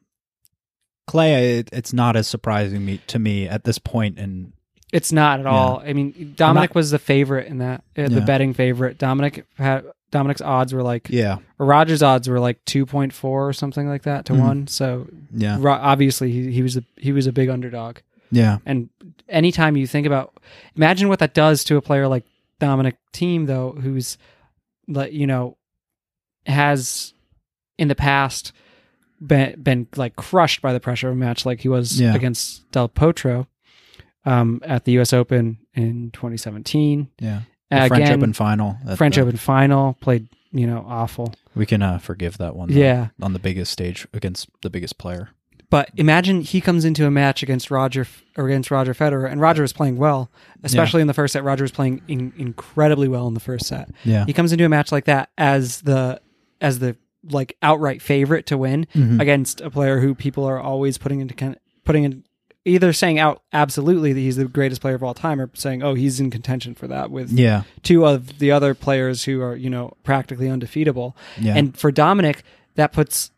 Speaker 1: clay. It, it's not as surprising me to me at this point, and
Speaker 2: It's not at all. I mean, Dominic was the favorite in that, uh,
Speaker 1: Yeah.
Speaker 2: the betting favorite. Dominic had Dominic's odds were like
Speaker 1: yeah,
Speaker 2: or Roger's odds were like two point four or something like that to
Speaker 1: Mhm.
Speaker 2: one. So
Speaker 1: yeah,
Speaker 2: Ro- obviously he he was a, he was a big underdog.
Speaker 1: yeah,
Speaker 2: And anytime you think about, imagine what that does to a player like Dominic Team, though, who's, like, you know, has in the past been, been like crushed by the pressure of a match like he was
Speaker 1: Yeah.
Speaker 2: against Del Potro um, at the U.S. Open in 2017.
Speaker 1: yeah. The
Speaker 2: Again,
Speaker 1: French Open final. at
Speaker 2: French
Speaker 1: the-
Speaker 2: Open final played, you know, awful.
Speaker 1: We can uh, forgive that one. though,
Speaker 2: Yeah.
Speaker 1: on the biggest stage against the biggest player.
Speaker 2: But imagine he comes into a match against Roger or against Roger Federer, and Roger was playing well, especially in the first set. Roger was playing in, incredibly well in the first set.
Speaker 1: Yeah.
Speaker 2: He comes into a match like that as the as the like outright favorite to win against a player who people are always putting into kind of, putting in either saying out absolutely that he's the greatest player of all time, or saying oh he's in contention for that with
Speaker 1: Yeah,
Speaker 2: two of the other players who are you know practically undefeatable.
Speaker 1: yeah,
Speaker 2: And for Dominic, that puts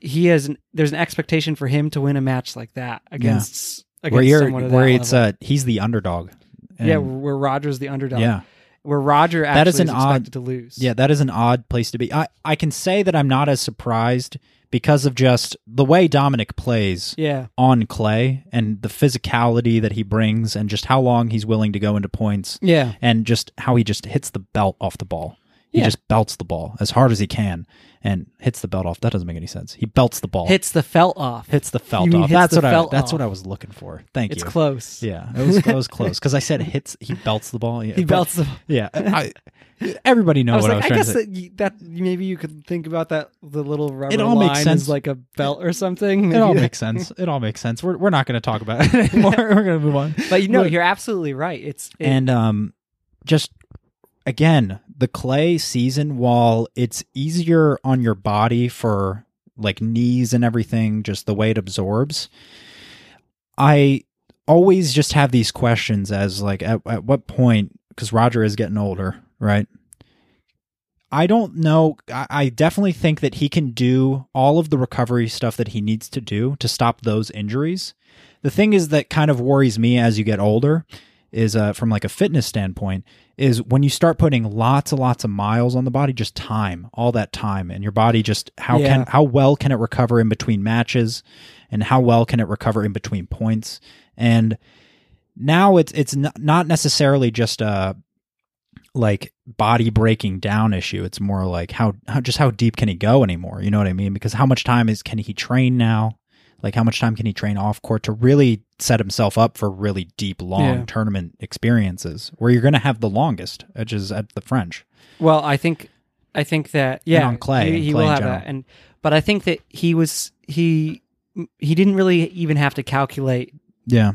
Speaker 2: he has an, there's an expectation for him to win a match like that against against
Speaker 1: where you're
Speaker 2: someone of that
Speaker 1: where it's
Speaker 2: level.
Speaker 1: uh he's the underdog. And-
Speaker 2: yeah, where Roger's the underdog.
Speaker 1: yeah,
Speaker 2: where Roger actually
Speaker 1: That is
Speaker 2: is,
Speaker 1: an odd-
Speaker 2: expected to lose.
Speaker 1: yeah. That is an odd place to be. I I can say that I'm not as surprised because of just the way Dominic plays
Speaker 2: yeah,
Speaker 1: on clay and the physicality that he brings and just how long he's willing to go into points
Speaker 2: yeah.
Speaker 1: and just how he just hits the belt off the ball. He
Speaker 2: Yeah.
Speaker 1: just belts the ball as hard as he can and hits the belt off. That doesn't make any sense. He belts the ball.
Speaker 2: Hits the felt off.
Speaker 1: hits the felt
Speaker 2: You mean
Speaker 1: off.
Speaker 2: hits
Speaker 1: That's
Speaker 2: the
Speaker 1: what
Speaker 2: felt
Speaker 1: I that's
Speaker 2: off.
Speaker 1: what I was looking for. Thank
Speaker 2: it's
Speaker 1: you.
Speaker 2: close. <laughs>
Speaker 1: Yeah, it was, it was close because I said hits. He belts the ball. Yeah,
Speaker 2: He
Speaker 1: but-
Speaker 2: belts the. <laughs>
Speaker 1: Yeah, I, everybody
Speaker 2: I
Speaker 1: knows
Speaker 2: was
Speaker 1: what
Speaker 2: like, I,
Speaker 1: I was trying
Speaker 2: guess
Speaker 1: to say.
Speaker 2: that, you, that maybe you could think about that the little rubber
Speaker 1: It all
Speaker 2: line
Speaker 1: makes sense.
Speaker 2: as like a belt or something.
Speaker 1: It
Speaker 2: <laughs>
Speaker 1: all
Speaker 2: Maybe-
Speaker 1: makes sense. It all makes sense. We're we're not going to talk about it
Speaker 2: <laughs>
Speaker 1: anymore. <laughs> we're going to move on.
Speaker 2: but you know,
Speaker 1: Look.
Speaker 2: you're absolutely right. It's it-
Speaker 1: and um just again the clay season while it's easier on your body for like knees and everything just the way it absorbs i always just have these questions as like at, at what point because roger is getting older right i don't know I, I definitely think that he can do all of the recovery stuff that he needs to do to stop those injuries the thing is that kind of worries me as you get older is uh, from like a fitness standpoint is when you start putting lots and lots of miles on the body just time all that time and your body just how
Speaker 2: Yeah.
Speaker 1: can how well can it recover in between matches and how well can it recover in between points and now it's it's n- not necessarily just a like body breaking down issue it's more like how, how just how deep can he go anymore you know what i mean because how much time is can he train now like how much time can he train off court to really set himself up for really deep long
Speaker 2: Yeah.
Speaker 1: tournament experiences where you're going to have the longest which is at the french
Speaker 2: Well, I think, I think that yeah,
Speaker 1: on clay,
Speaker 2: he,
Speaker 1: and
Speaker 2: he
Speaker 1: clay
Speaker 2: will
Speaker 1: in
Speaker 2: have
Speaker 1: general.
Speaker 2: that, and but I think that he was he he didn't really even have to calculate
Speaker 1: yeah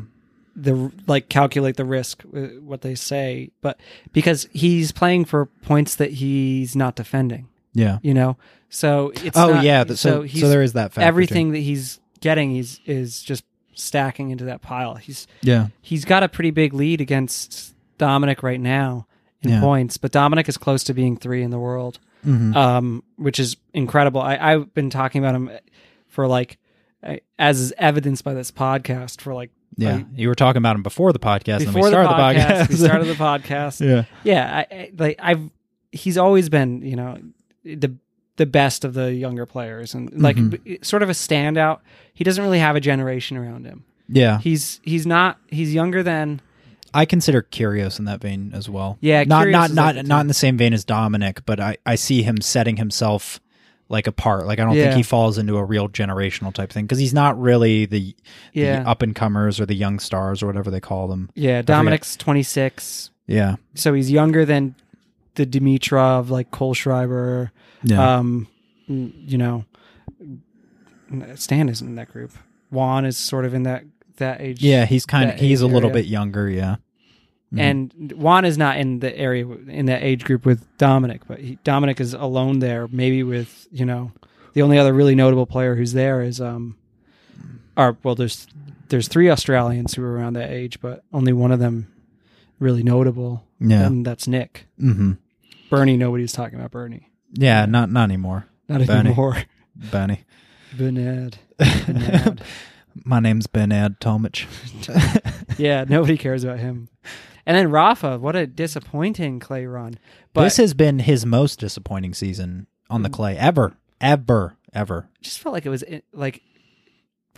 Speaker 2: the like calculate the risk uh, what they say, but because he's playing for points that he's not defending,
Speaker 1: yeah
Speaker 2: you know, so it's
Speaker 1: oh
Speaker 2: not-
Speaker 1: yeah th- so so,
Speaker 2: he's
Speaker 1: there is that factor too.
Speaker 2: everything that he's getting he's is just stacking into that pile. He's
Speaker 1: yeah
Speaker 2: he's got a pretty big lead against Dominic right now in
Speaker 1: Yeah.
Speaker 2: points, but Dominic is close to being three in the world,
Speaker 1: Mhm.
Speaker 2: um, which is incredible. I, I've been talking about him for like, I- as is evidenced by this podcast, for like
Speaker 1: yeah
Speaker 2: I-
Speaker 1: you were talking about him before the podcast and then
Speaker 2: before
Speaker 1: we
Speaker 2: the
Speaker 1: started
Speaker 2: podcast,
Speaker 1: the podcast <laughs>
Speaker 2: we started the podcast.
Speaker 1: yeah
Speaker 2: Yeah, I, I, like I've he's always been you know the the best of the younger players and like
Speaker 1: Mhm.
Speaker 2: b- sort of a standout. He doesn't really have a generation around him.
Speaker 1: yeah
Speaker 2: He's he's not he's younger than
Speaker 1: I consider Curios in that vein as well.
Speaker 2: Yeah,
Speaker 1: not
Speaker 2: Kyrgios
Speaker 1: not
Speaker 2: is
Speaker 1: not
Speaker 2: like the
Speaker 1: not
Speaker 2: team.
Speaker 1: in the same vein as Dominic, but I I see him setting himself like apart. Like I don't think
Speaker 2: Yeah.
Speaker 1: he falls into a real generational type thing because he's not really the,
Speaker 2: yeah
Speaker 1: the up and comers or the young stars or whatever they call them.
Speaker 2: Yeah, Dominic's 26.
Speaker 1: Yeah,
Speaker 2: So he's younger than the Dimitrov, like Cole Schreiber.
Speaker 1: yeah,
Speaker 2: Um, n- you know, n- Stan isn't in that group. Juan is sort of in that that age.
Speaker 1: yeah. He's kind of
Speaker 2: that
Speaker 1: he's a
Speaker 2: age
Speaker 1: little
Speaker 2: area.
Speaker 1: bit younger. Yeah, Mhm.
Speaker 2: And Juan is not in the area w- in that age group with Dominic, but he, Dominic is alone there. Maybe with you know, the only other really notable player who's there is um, or well, there's there's three Australians who are around that age, but only one of them really notable.
Speaker 1: yeah,
Speaker 2: and that's Nick.
Speaker 1: mm-hmm.
Speaker 2: Bernie, nobody's talking about Bernie.
Speaker 1: yeah. Not not anymore,
Speaker 2: Not
Speaker 1: Bernie. <laughs>
Speaker 2: anymore.
Speaker 1: Benny.
Speaker 2: Benad. Benad.
Speaker 1: My name's Ben Ad Tomich.
Speaker 2: yeah, nobody cares about him. And then Rafa, what a disappointing clay run. But Mm-hmm.
Speaker 1: this has been his most disappointing season on the clay ever, ever, ever.
Speaker 2: just felt like it was in- like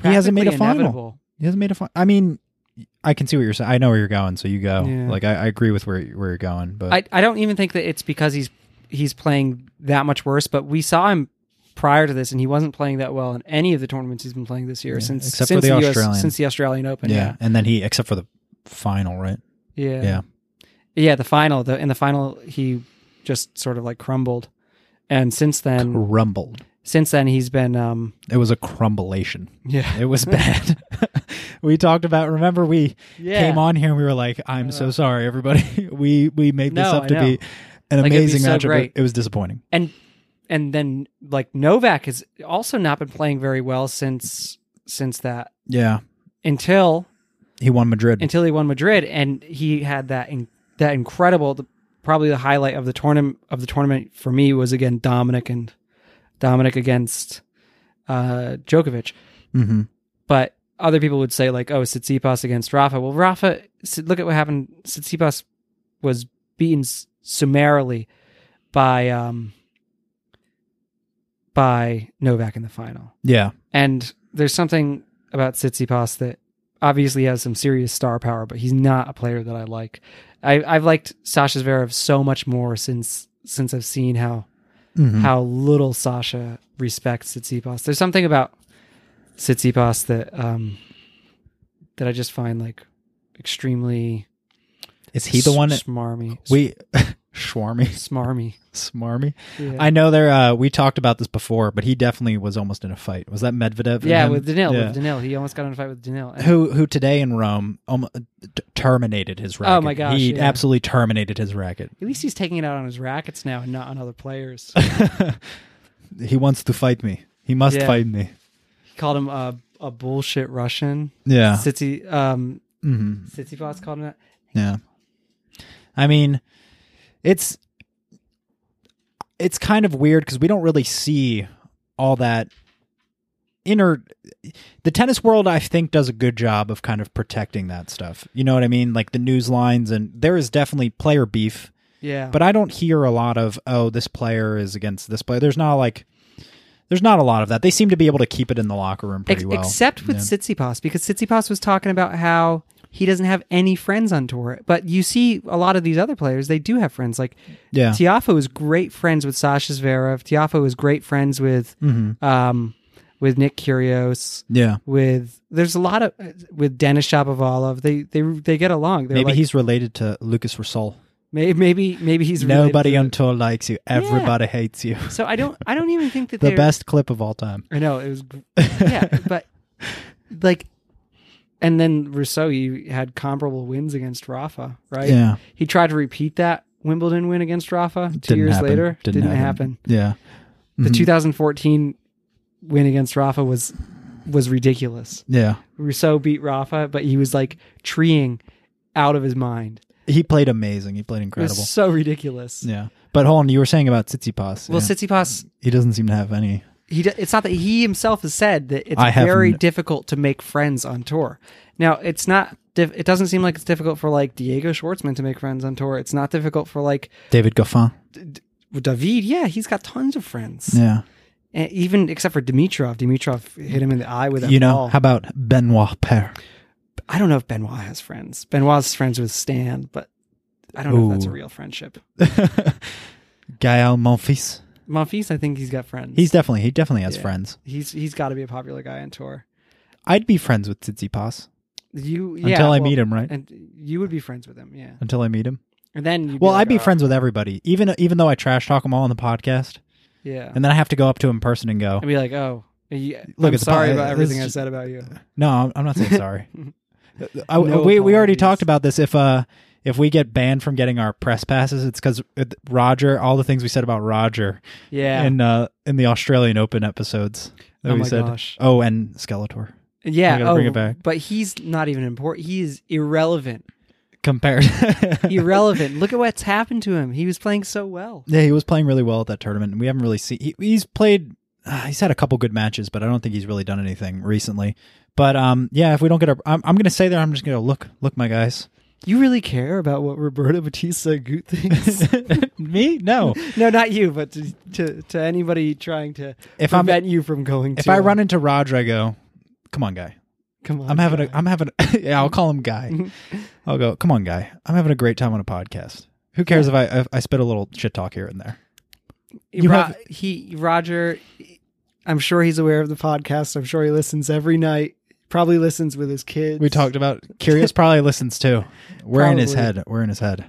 Speaker 1: He hasn't made a
Speaker 2: practically
Speaker 1: final.
Speaker 2: inevitable.
Speaker 1: He hasn't made a fun. I mean, I can see what you're saying. I know where you're going, so you go.
Speaker 2: Yeah.
Speaker 1: Like I, I agree with where where you're going, but
Speaker 2: I I don't even think that it's because he's he's playing that much worse. But we saw him prior to this, and he wasn't playing that well in any of the tournaments he's been playing this year
Speaker 1: Yeah,
Speaker 2: since
Speaker 1: except for
Speaker 2: since
Speaker 1: the
Speaker 2: US
Speaker 1: Australian.
Speaker 2: since the Australian Open.
Speaker 1: yeah. And then he, except for the final, right?
Speaker 2: Yeah.
Speaker 1: Yeah.
Speaker 2: yeah, the final, the in the final, he just sort of like crumbled, and since then,
Speaker 1: Rumbled.
Speaker 2: since then he's been, um,
Speaker 1: It was a crumblation.
Speaker 2: yeah,
Speaker 1: It was bad. <laughs> we talked about. Remember, we came on here and we were like, "I'm so sorry, everybody. <laughs> we we made this
Speaker 2: No,
Speaker 1: up
Speaker 2: I
Speaker 1: to
Speaker 2: know.
Speaker 1: be an
Speaker 2: Like, it'd be
Speaker 1: amazing
Speaker 2: so
Speaker 1: matchup. but
Speaker 2: great.
Speaker 1: It was disappointing.
Speaker 2: and and then like Novak has also not been playing very well since since that
Speaker 1: Yeah,
Speaker 2: until
Speaker 1: he won Madrid.
Speaker 2: until he won Madrid, and he had that in, that incredible, the, probably the highlight of the tournament of the tournament for me was again Dominic and Dominic against uh, Djokovic.
Speaker 1: hmm
Speaker 2: But other people would say like, oh, Tsitsipas against Rafa. Well, Rafa, S- look at what happened. Tsitsipas was beaten s- summarily by um, by Novak in the final.
Speaker 1: Yeah,
Speaker 2: And there's something about Tsitsipas that obviously has some serious star power, but he's not a player that I like. I, I've liked Sasha Zverev so much more since since I've seen how
Speaker 1: Mhm.
Speaker 2: how little Sasha respects Tsitsipas. There's something about Tsitsipas that um that I just find like extremely
Speaker 1: is he the
Speaker 2: s-
Speaker 1: one? That,
Speaker 2: smarmy. s-
Speaker 1: we <laughs> Schwarmy,
Speaker 2: smarmy.
Speaker 1: Smarmy.
Speaker 2: Yeah,
Speaker 1: I know there. Uh, we talked about this before, but he definitely was almost in a fight. Was that Medvedev? and
Speaker 2: yeah
Speaker 1: him?
Speaker 2: with Danil.
Speaker 1: Yeah.
Speaker 2: With Danil. He almost got in a fight with Danil. And-
Speaker 1: who who today in Rome um, t- terminated his racket.
Speaker 2: Oh my gosh,
Speaker 1: He
Speaker 2: yeah.
Speaker 1: absolutely terminated his racket. <laughs>
Speaker 2: at least he's taking it out on his rackets now and not on other players.
Speaker 1: he wants to fight me. He must
Speaker 2: Yeah.
Speaker 1: fight me.
Speaker 2: called him a, a bullshit Russian.
Speaker 1: Yeah.
Speaker 2: Sitsi, um,
Speaker 1: hmm
Speaker 2: Sitsipas called him that.
Speaker 1: Yeah. I mean, it's it's kind of weird because we don't really see all that inner the tennis world i think does a good job of kind of protecting that stuff you know what i mean like the news lines and there is definitely player beef
Speaker 2: Yeah,
Speaker 1: but I don't hear a lot of oh this player is against this player. There's not like there's not a lot of that. They seem to be able to keep it in the locker room pretty
Speaker 2: Ex-
Speaker 1: well.
Speaker 2: except with
Speaker 1: Yeah.
Speaker 2: Sitsipas because Sitsipas was talking about how he doesn't have any friends on tour. But you see, a lot of these other players they do have friends. Like
Speaker 1: yeah.
Speaker 2: Tiafo is great friends with Sasha Zverev. Tiafo is great friends with
Speaker 1: hmm
Speaker 2: um, with Nick Kyrgios.
Speaker 1: Yeah.
Speaker 2: With there's a lot of uh, with Dennis Shapovalov. They they they get along. They're
Speaker 1: Maybe
Speaker 2: like,
Speaker 1: he's related to Lucas Rosol.
Speaker 2: may- maybe maybe he's related
Speaker 1: Nobody
Speaker 2: to-
Speaker 1: on tour likes you. Everybody hates you.
Speaker 2: So I don't I don't even think
Speaker 1: <laughs>
Speaker 2: that
Speaker 1: The
Speaker 2: they're
Speaker 1: best clip of all time.
Speaker 2: I know it was,
Speaker 1: <laughs>
Speaker 2: yeah, but like, and then Rousseau, he had comparable wins against Rafa, right?
Speaker 1: Yeah.
Speaker 2: He tried to repeat that Wimbledon win against Rafa 2
Speaker 1: Didn't
Speaker 2: years
Speaker 1: happen.
Speaker 2: later.
Speaker 1: Didn't happen.
Speaker 2: happen.
Speaker 1: Yeah.
Speaker 2: The
Speaker 1: Mhm.
Speaker 2: 2014 win against Rafa was was ridiculous.
Speaker 1: Yeah.
Speaker 2: Rousseau beat Rafa, but he was like treeing out of his mind.
Speaker 1: He played amazing. He played
Speaker 2: It
Speaker 1: incredible.
Speaker 2: was so ridiculous.
Speaker 1: Yeah. But hold on, you were saying about Tsitsipas.
Speaker 2: Well,
Speaker 1: yeah.
Speaker 2: Tsitsipas,
Speaker 1: he doesn't seem to have any.
Speaker 2: he do- it's not that he himself has said that it's
Speaker 1: I have
Speaker 2: very
Speaker 1: n-
Speaker 2: difficult to make friends on tour. Now, it's not dif- it doesn't seem like it's difficult for like Diego Schwartzman to make friends on tour. It's not difficult for like
Speaker 1: David Goffin.
Speaker 2: David. Yeah, he's got tons of friends.
Speaker 1: Yeah.
Speaker 2: And even except for Dimitrov. Dimitrov hit him in the eye with that
Speaker 1: You know,
Speaker 2: ball.
Speaker 1: how about Benoit Paire? <laughs>
Speaker 2: I don't know if Benoit has friends. Benoit's friends with Stan, but I don't know if that's a
Speaker 1: Ooh.
Speaker 2: real friendship.
Speaker 1: Gael Monfils.
Speaker 2: Monfils, I think he's got friends.
Speaker 1: He's definitely he definitely has
Speaker 2: Yeah.
Speaker 1: friends.
Speaker 2: he's he's got to be a popular guy on tour.
Speaker 1: I'd be friends with Tsitsipas
Speaker 2: You yeah,
Speaker 1: until I
Speaker 2: well,
Speaker 1: meet him, right?
Speaker 2: and you would be friends with him, yeah.
Speaker 1: Until I meet him.
Speaker 2: And then you'd
Speaker 1: Well,
Speaker 2: like,
Speaker 1: I'd be
Speaker 2: "Oh,
Speaker 1: friends with everybody, even even though I trash talk them all on the podcast,
Speaker 2: Yeah.
Speaker 1: and then I have to go up to him in person and go,
Speaker 2: and be like, oh, you,
Speaker 1: Look,
Speaker 2: I'm
Speaker 1: it's a
Speaker 2: sorry
Speaker 1: po-
Speaker 2: about
Speaker 1: it's
Speaker 2: everything I
Speaker 1: just-
Speaker 2: said about you.
Speaker 1: "No, I'm- I'm not
Speaker 2: <laughs>
Speaker 1: saying sorry." I,
Speaker 2: No
Speaker 1: we we already
Speaker 2: apologies.
Speaker 1: talked about this. If uh if we get banned from getting our press passes, it's because Roger. All the things we said about Roger
Speaker 2: Yeah,
Speaker 1: in uh in the Australian Open episodes that
Speaker 2: Oh
Speaker 1: we
Speaker 2: my
Speaker 1: said.
Speaker 2: gosh.
Speaker 1: Oh, and Skeletor
Speaker 2: yeah.
Speaker 1: I gotta
Speaker 2: oh,
Speaker 1: bring it back.
Speaker 2: but he's not even important. He is irrelevant. <laughs>
Speaker 1: compared.
Speaker 2: irrelevant. Look at what's happened to him. He was playing so well.
Speaker 1: <laughs> Yeah, he was playing really well at that tournament, and we haven't really seen. He, he's played. Uh, he's had a couple good matches, but I don't think he's really done anything recently. But um, yeah, if we don't get our, I'm, I'm going to say there. I'm just going to look, look, my
Speaker 2: <laughs>
Speaker 1: guys.
Speaker 2: You really care about what Roberto Batista Gut thinks?
Speaker 1: Me? No.
Speaker 2: <laughs> no, not you, but to, to to anybody trying to
Speaker 1: <laughs> If I'm
Speaker 2: prevent you from going.
Speaker 1: if
Speaker 2: to
Speaker 1: I
Speaker 2: him.
Speaker 1: run into Roger, I go, come on, guy.
Speaker 2: come on,
Speaker 1: I'm having
Speaker 2: guy.
Speaker 1: a, I'm having. A, <laughs> yeah, I'll call him
Speaker 2: <laughs>
Speaker 1: guy. I'll go, come on, guy. I'm having a great time on a podcast. Who cares if I if I spit a little shit talk here and there? you
Speaker 2: Ro-
Speaker 1: have-
Speaker 2: he Roger. I'm sure he's aware of the podcast. I'm sure he listens every night. Probably listens with his kids. <laughs>
Speaker 1: We talked about curious. Probably listens too. We're in his
Speaker 2: Probably.
Speaker 1: head. We're in his head.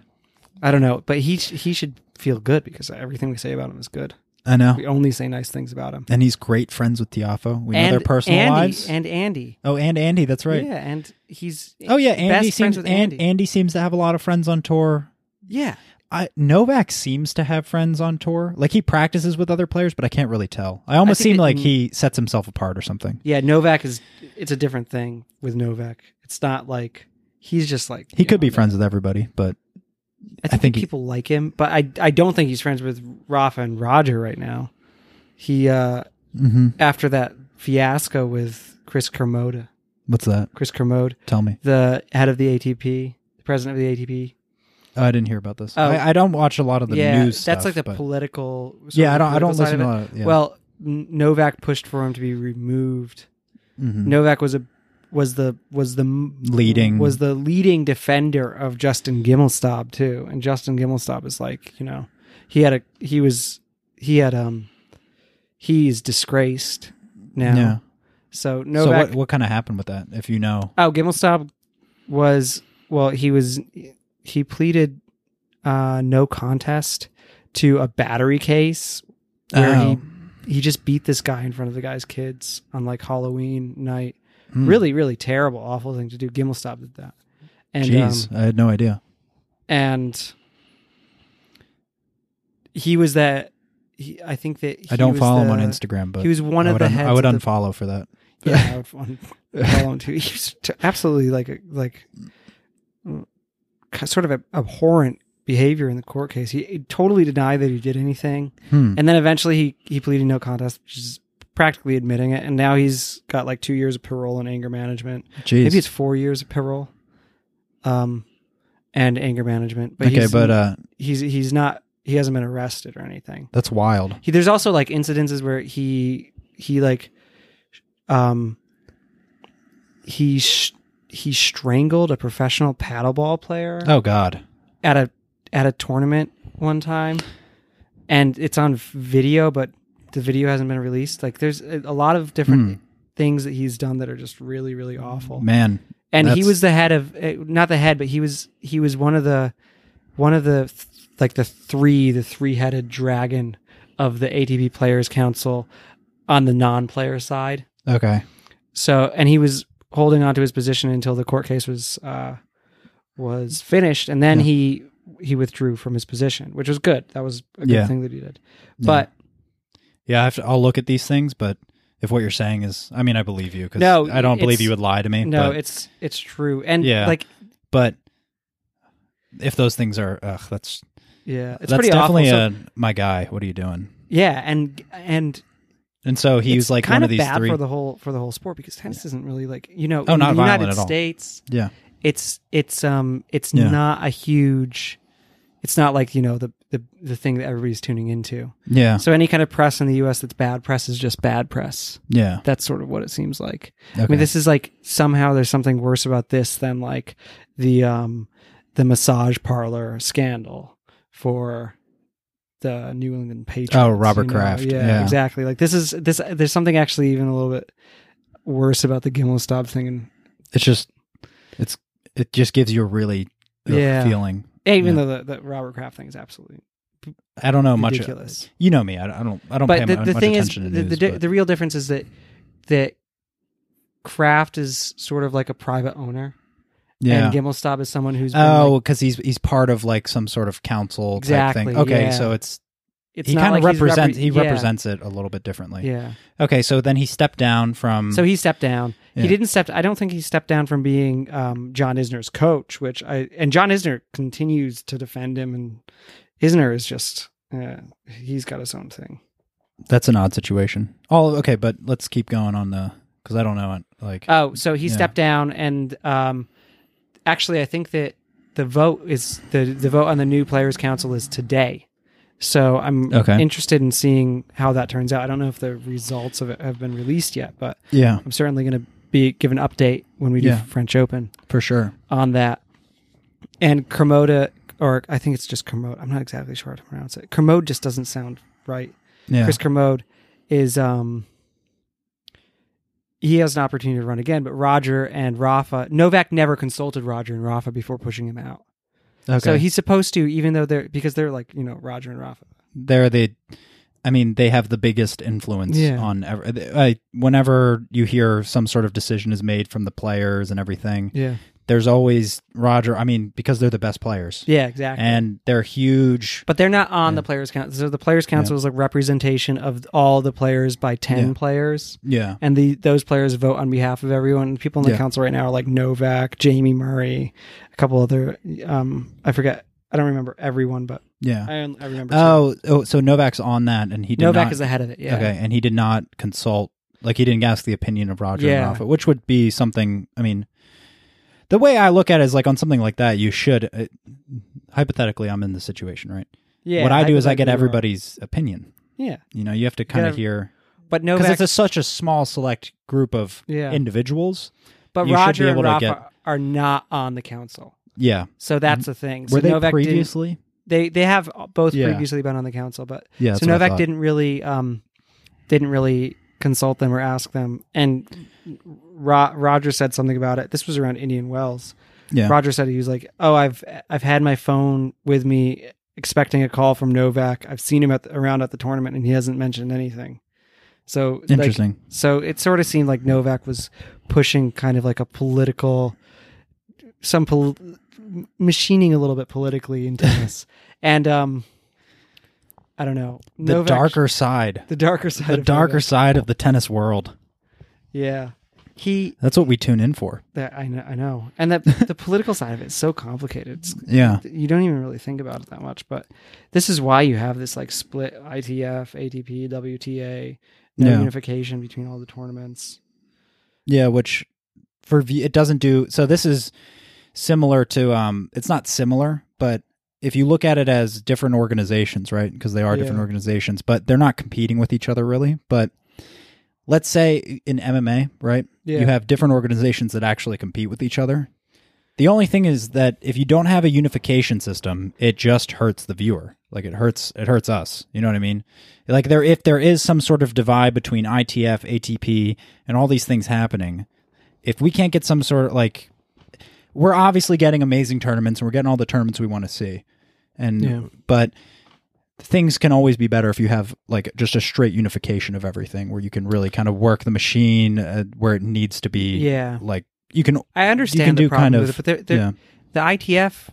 Speaker 2: I don't know, but he sh- he should feel good because everything we say about him is good.
Speaker 1: I know.
Speaker 2: We only say nice things about him.
Speaker 1: And he's great friends with Tiafo. We know their personal
Speaker 2: Andy,
Speaker 1: lives.
Speaker 2: And Andy.
Speaker 1: oh, and Andy, that's right.
Speaker 2: Yeah, and he's
Speaker 1: Oh yeah, Andy seems
Speaker 2: best friends with
Speaker 1: and
Speaker 2: Andy.
Speaker 1: Andy seems to have a lot of friends on tour.
Speaker 2: yeah.
Speaker 1: I, Novak seems to have friends on tour. Like he practices with other players, but I can't really tell. I almost
Speaker 2: think
Speaker 1: seem
Speaker 2: that-
Speaker 1: like he sets himself apart or something.
Speaker 2: Yeah, Novak is it's a different thing with Novak. It's not like he's just like
Speaker 1: He
Speaker 2: you
Speaker 1: could
Speaker 2: know,
Speaker 1: be friends with everybody, but
Speaker 2: I think,
Speaker 1: think he-
Speaker 2: people like him, but I I don't think he's friends with Rafa and Roger right now. He uh
Speaker 1: mhm.
Speaker 2: after that fiasco with Chris Kermoda,
Speaker 1: what's that?
Speaker 2: Chris Kermode,
Speaker 1: Tell me.
Speaker 2: the head of the ATP, the president of the ATP.
Speaker 1: Oh, I didn't hear about this.
Speaker 2: Oh.
Speaker 1: I, I don't watch a lot of the
Speaker 2: yeah,
Speaker 1: news.
Speaker 2: that's
Speaker 1: stuff,
Speaker 2: like the
Speaker 1: but-
Speaker 2: political. sort
Speaker 1: yeah, I
Speaker 2: of
Speaker 1: don't. I
Speaker 2: political
Speaker 1: don't
Speaker 2: side
Speaker 1: listen to.
Speaker 2: of it.
Speaker 1: A lot of, yeah.
Speaker 2: Well, N- Novak pushed for him to be removed.
Speaker 1: Mhm.
Speaker 2: Novak was a was the was the m-
Speaker 1: Leading.
Speaker 2: was the leading defender of Justin Gimelstob too, and Justin Gimelstob is like you know he had a he was he had um he's disgraced now.
Speaker 1: yeah.
Speaker 2: So
Speaker 1: so
Speaker 2: Novak.
Speaker 1: what what kind of happened with that? If you know,
Speaker 2: oh, Gimelstob was well he was he pleaded uh no contest to a battery case where
Speaker 1: Oh.
Speaker 2: he he just beat this guy in front of the guy's kids on like Halloween night
Speaker 1: Hmm.
Speaker 2: really really terrible awful thing to do gimelstob did that and
Speaker 1: Jeez,
Speaker 2: um,
Speaker 1: I had no idea.
Speaker 2: and he was that he, i think that he
Speaker 1: I don't
Speaker 2: was
Speaker 1: follow him
Speaker 2: the-
Speaker 1: on Instagram, but
Speaker 2: he was one
Speaker 1: I
Speaker 2: of
Speaker 1: would
Speaker 2: the
Speaker 1: un-
Speaker 2: heads
Speaker 1: I would
Speaker 2: of the-
Speaker 1: unfollow for that.
Speaker 2: <laughs>
Speaker 1: <laughs>
Speaker 2: yeah i would want to follow him too he's t- absolutely like a like mm, sort of a, abhorrent behavior in the court case he, he totally denied that he did anything
Speaker 1: Hmm.
Speaker 2: and then eventually he he pleaded no contest which is practically admitting it and now he's got like two years of parole and anger management
Speaker 1: Jeez.
Speaker 2: maybe it's four years of parole um and anger management but
Speaker 1: okay,
Speaker 2: he's,
Speaker 1: but uh,
Speaker 2: he's he's not he hasn't been arrested or anything
Speaker 1: that's wild.
Speaker 2: he, there's also like incidences where he he like um he sh- he strangled a professional paddleball player
Speaker 1: Oh God.
Speaker 2: at a at a tournament one time and it's on video but the video hasn't been released like there's a a lot of different things that he's done that are just really really awful
Speaker 1: Man,
Speaker 2: and he
Speaker 1: Mm. That's-
Speaker 2: was the head of eh, not the head but he was he was one of the one of the th- like the three the three-headed dragon of the ATP players council on the non-player side
Speaker 1: Okay.
Speaker 2: so and he was holding on to his position until the court case was uh was finished and then
Speaker 1: Yeah.
Speaker 2: he he withdrew from his position which was good that was a good
Speaker 1: Yeah.
Speaker 2: thing that he did
Speaker 1: Yeah.
Speaker 2: but
Speaker 1: Yeah, I have to, I'll look at these things, but if what you're saying is, I mean, I believe you because
Speaker 2: No,
Speaker 1: I don't believe
Speaker 2: it's-
Speaker 1: you would lie to me.
Speaker 2: no
Speaker 1: but,
Speaker 2: it's it's true and
Speaker 1: Yeah.
Speaker 2: like
Speaker 1: but if those things are, ugh, that's
Speaker 2: yeah it's
Speaker 1: that's
Speaker 2: pretty
Speaker 1: definitely
Speaker 2: awful So-
Speaker 1: a my guy. What are you doing?
Speaker 2: yeah and and
Speaker 1: And so he
Speaker 2: It's
Speaker 1: was like
Speaker 2: kind
Speaker 1: one of these
Speaker 2: bad
Speaker 1: three.
Speaker 2: for the whole for the whole sport because tennis isn't really like you know
Speaker 1: Oh,
Speaker 2: in
Speaker 1: not
Speaker 2: the
Speaker 1: violent
Speaker 2: United
Speaker 1: at all.
Speaker 2: States
Speaker 1: yeah,
Speaker 2: it's it's um it's
Speaker 1: Yeah.
Speaker 2: not a huge it's not like you know the the the thing that everybody's tuning into.
Speaker 1: yeah,
Speaker 2: So any kind of press in the U.S. that's bad press is just bad press.
Speaker 1: yeah.
Speaker 2: That's sort of what it seems like.
Speaker 1: Okay.
Speaker 2: I mean, this is like somehow there's something worse about this than like the um the massage parlor scandal for the New England Patriots.
Speaker 1: Oh, Robert
Speaker 2: you know?
Speaker 1: Kraft.
Speaker 2: Yeah,
Speaker 1: Yeah.
Speaker 2: exactly. Like this is this. There's something actually even a little bit worse about the Gimel Stop thing. And
Speaker 1: it's just it's it just gives you a really ugh,
Speaker 2: Yeah.
Speaker 1: feeling.
Speaker 2: even
Speaker 1: Yeah.
Speaker 2: though the, the Robert Kraft thing is absolutely
Speaker 1: I don't know much. uh,
Speaker 2: ridiculous.
Speaker 1: You know me. I, I don't. I don't pay
Speaker 2: but the,
Speaker 1: mu-
Speaker 2: the
Speaker 1: much
Speaker 2: thing is,
Speaker 1: attention
Speaker 2: the,
Speaker 1: to news.
Speaker 2: the, di-
Speaker 1: but-
Speaker 2: the real difference is that that Kraft is sort of like a private owner,
Speaker 1: yeah.
Speaker 2: and Gimel Stop is someone who's been, like,
Speaker 1: Oh, because he's he's part of like some sort of council type
Speaker 2: Exactly,
Speaker 1: thing. Okay,
Speaker 2: yeah.
Speaker 1: so it's
Speaker 2: it's
Speaker 1: he
Speaker 2: not
Speaker 1: kind of
Speaker 2: like he's repre-
Speaker 1: represents he
Speaker 2: yeah,
Speaker 1: represents it a little bit differently.
Speaker 2: yeah.
Speaker 1: Okay, so then he stepped down from.
Speaker 2: So he stepped down.
Speaker 1: mm. Yeah.
Speaker 2: He didn't step. I don't think he stepped down from being um, John Isner's coach, which I and John Isner continues to defend him, and Isner is just uh, he's got his own thing.
Speaker 1: that's an odd situation. Oh, okay, but let's keep going on the because I don't know it. Like,
Speaker 2: Oh, so he
Speaker 1: Yeah.
Speaker 2: stepped down, and um, actually, I think that the vote is the the vote on the new players council is today. So I'm
Speaker 1: Okay.
Speaker 2: interested in seeing how that turns out. I don't know if the results of it have been released yet, but
Speaker 1: yeah,
Speaker 2: I'm certainly going to be give an update when we do
Speaker 1: Yeah.
Speaker 2: French Open.
Speaker 1: for sure.
Speaker 2: on that. And Kermoda, or I think it's just Kermode. I'm not exactly sure how to pronounce it. Kermode just doesn't sound right.
Speaker 1: Yeah,
Speaker 2: Chris Kermode is um he has an opportunity to run again, but Roger and Rafa Novak never consulted Roger and Rafa before pushing him out.
Speaker 1: Okay.
Speaker 2: So he's supposed to, even though they're because they're like you know Roger and Rafa.
Speaker 1: they're the I mean, they have the biggest influence
Speaker 2: Yeah.
Speaker 1: on ever. I, whenever you hear some sort of decision is made from the players and everything,
Speaker 2: Yeah.
Speaker 1: there's always Roger. I mean, because they're the best players
Speaker 2: Yeah. Exactly.
Speaker 1: and they're huge.
Speaker 2: but they're not on the players council. So the players council is like representation of all the players by ten
Speaker 1: Yeah.
Speaker 2: players,
Speaker 1: Yeah.
Speaker 2: and the those players vote on behalf of everyone. People in the
Speaker 1: Yeah.
Speaker 2: council right now are like Novak, Jamie Murray, a couple other. Um, I forget. I don't remember everyone, but
Speaker 1: Yeah.
Speaker 2: I, I remember. some.
Speaker 1: Oh, oh, so Novak's on that, and he did
Speaker 2: Novak
Speaker 1: not,
Speaker 2: is the head of it. Yeah.
Speaker 1: okay, and he did not consult, like he didn't ask the opinion of Roger and
Speaker 2: Yeah.
Speaker 1: Rafa, which would be something. I mean, the way I look at it is like on something like that, you should uh, hypothetically, I'm in the situation, right?
Speaker 2: Yeah.
Speaker 1: what I do is I get
Speaker 2: hypothetically, you are.
Speaker 1: everybody's opinion.
Speaker 2: Yeah.
Speaker 1: You know, you have to kind of
Speaker 2: gotta-
Speaker 1: hear
Speaker 2: But
Speaker 1: because
Speaker 2: Novak
Speaker 1: it's a, such a small select group of
Speaker 2: Yeah.
Speaker 1: individuals.
Speaker 2: But
Speaker 1: You should be
Speaker 2: Roger and
Speaker 1: able to
Speaker 2: Rafa
Speaker 1: get-
Speaker 2: are not on the council,
Speaker 1: Yeah,
Speaker 2: so that's the thing. So
Speaker 1: were they
Speaker 2: Novak didn't-
Speaker 1: previously?
Speaker 2: They they have both
Speaker 1: Yeah.
Speaker 2: previously been on the council, but
Speaker 1: Yeah, that's
Speaker 2: so
Speaker 1: what I
Speaker 2: Novak
Speaker 1: thought.
Speaker 2: didn't really um didn't really consult them or ask them. And Ro- Roger said something about it. This was around Indian Wells.
Speaker 1: Yeah,
Speaker 2: Roger said he was like, "Oh, I've I've had my phone with me." Expecting a call from Novak, I've seen him at the, around at the tournament, and he hasn't mentioned anything. So, like,
Speaker 1: interesting.
Speaker 2: so it sort of seemed like Novak was pushing kind of like a political, some pol- machining a little bit
Speaker 1: <laughs>
Speaker 2: politically into this, and um, I don't know
Speaker 1: the
Speaker 2: Novak-
Speaker 1: darker side,
Speaker 2: the darker side,
Speaker 1: the
Speaker 2: of
Speaker 1: darker
Speaker 2: Novak.
Speaker 1: side of the tennis world.
Speaker 2: yeah. He,
Speaker 1: That's what we tune in for.
Speaker 2: that I know, I know, and that the political side of it is so complicated. It's,
Speaker 1: Yeah,
Speaker 2: you don't even really think about it that much, but this is why you have this like split ITF, ATP, WTA, no
Speaker 1: Yeah.
Speaker 2: unification between all the tournaments.
Speaker 1: yeah. Which for view, it doesn't do. So this is similar to. Um, it's not similar, but if you look at it as different organizations, right? Because they are different
Speaker 2: Yeah.
Speaker 1: organizations, but they're not competing with each other really. But let's say in MMA, right?
Speaker 2: Yeah,
Speaker 1: You have different organizations that actually compete with each other. The only thing is that if you don't have a unification system, it just hurts the viewer. Like it hurts it hurts us. You know what I mean? Like there if there is some sort of divide between ITF, ATP, and all these things happening, if we can't get some sort of like we're obviously getting amazing tournaments and we're getting all the tournaments we want to see. And
Speaker 2: Yeah.
Speaker 1: but things can always be better if you have like just a straight unification of everything where you can really kind of work the machine uh, where it needs to be
Speaker 2: yeah.
Speaker 1: like you can
Speaker 2: I understand
Speaker 1: can
Speaker 2: the
Speaker 1: do
Speaker 2: problem
Speaker 1: kind of-
Speaker 2: with it, but they're, they're,
Speaker 1: yeah.
Speaker 2: the ITF,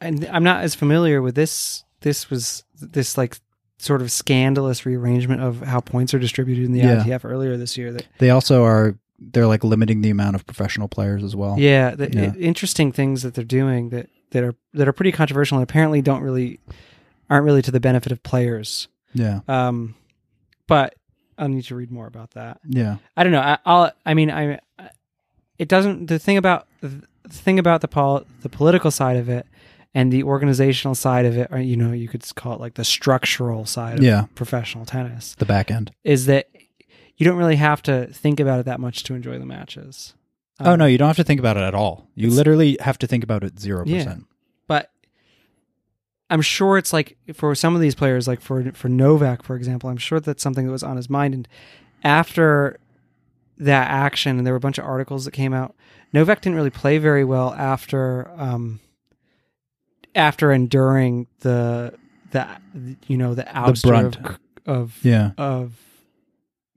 Speaker 2: and I'm not as familiar with this. This was this like sort of scandalous rearrangement of how points are distributed in the
Speaker 1: Yeah.
Speaker 2: ITF earlier this year. That
Speaker 1: they also are they're like limiting the amount of professional players as well
Speaker 2: yeah, the
Speaker 1: Oh. Yeah.
Speaker 2: i- interesting things that they're doing that that are that are pretty controversial and apparently don't really aren't really to the benefit of players.
Speaker 1: yeah
Speaker 2: Um, but I'll need to read more about that.
Speaker 1: yeah
Speaker 2: I don't know. I, I'll. I mean, I. It doesn't. The thing about the thing about the pol the political side of it, and the organizational side of it, or you know, you could s- call it like the structural side of
Speaker 1: Yeah.
Speaker 2: professional tennis,
Speaker 1: the back end
Speaker 2: is that you don't really have to think about it that much to enjoy the matches.
Speaker 1: oh
Speaker 2: Um,
Speaker 1: no you don't have to think about it at all you
Speaker 2: It's-
Speaker 1: literally have to think about it 0%
Speaker 2: but I'm sure it's like for some of these players, like for for Novak, for example, I'm sure that's something that was on his mind. And after that action, and there were a bunch of articles that came out. Novak didn't really play very well after um, after and during the the you know the ouster of
Speaker 1: brunt.
Speaker 2: of
Speaker 1: yeah
Speaker 2: of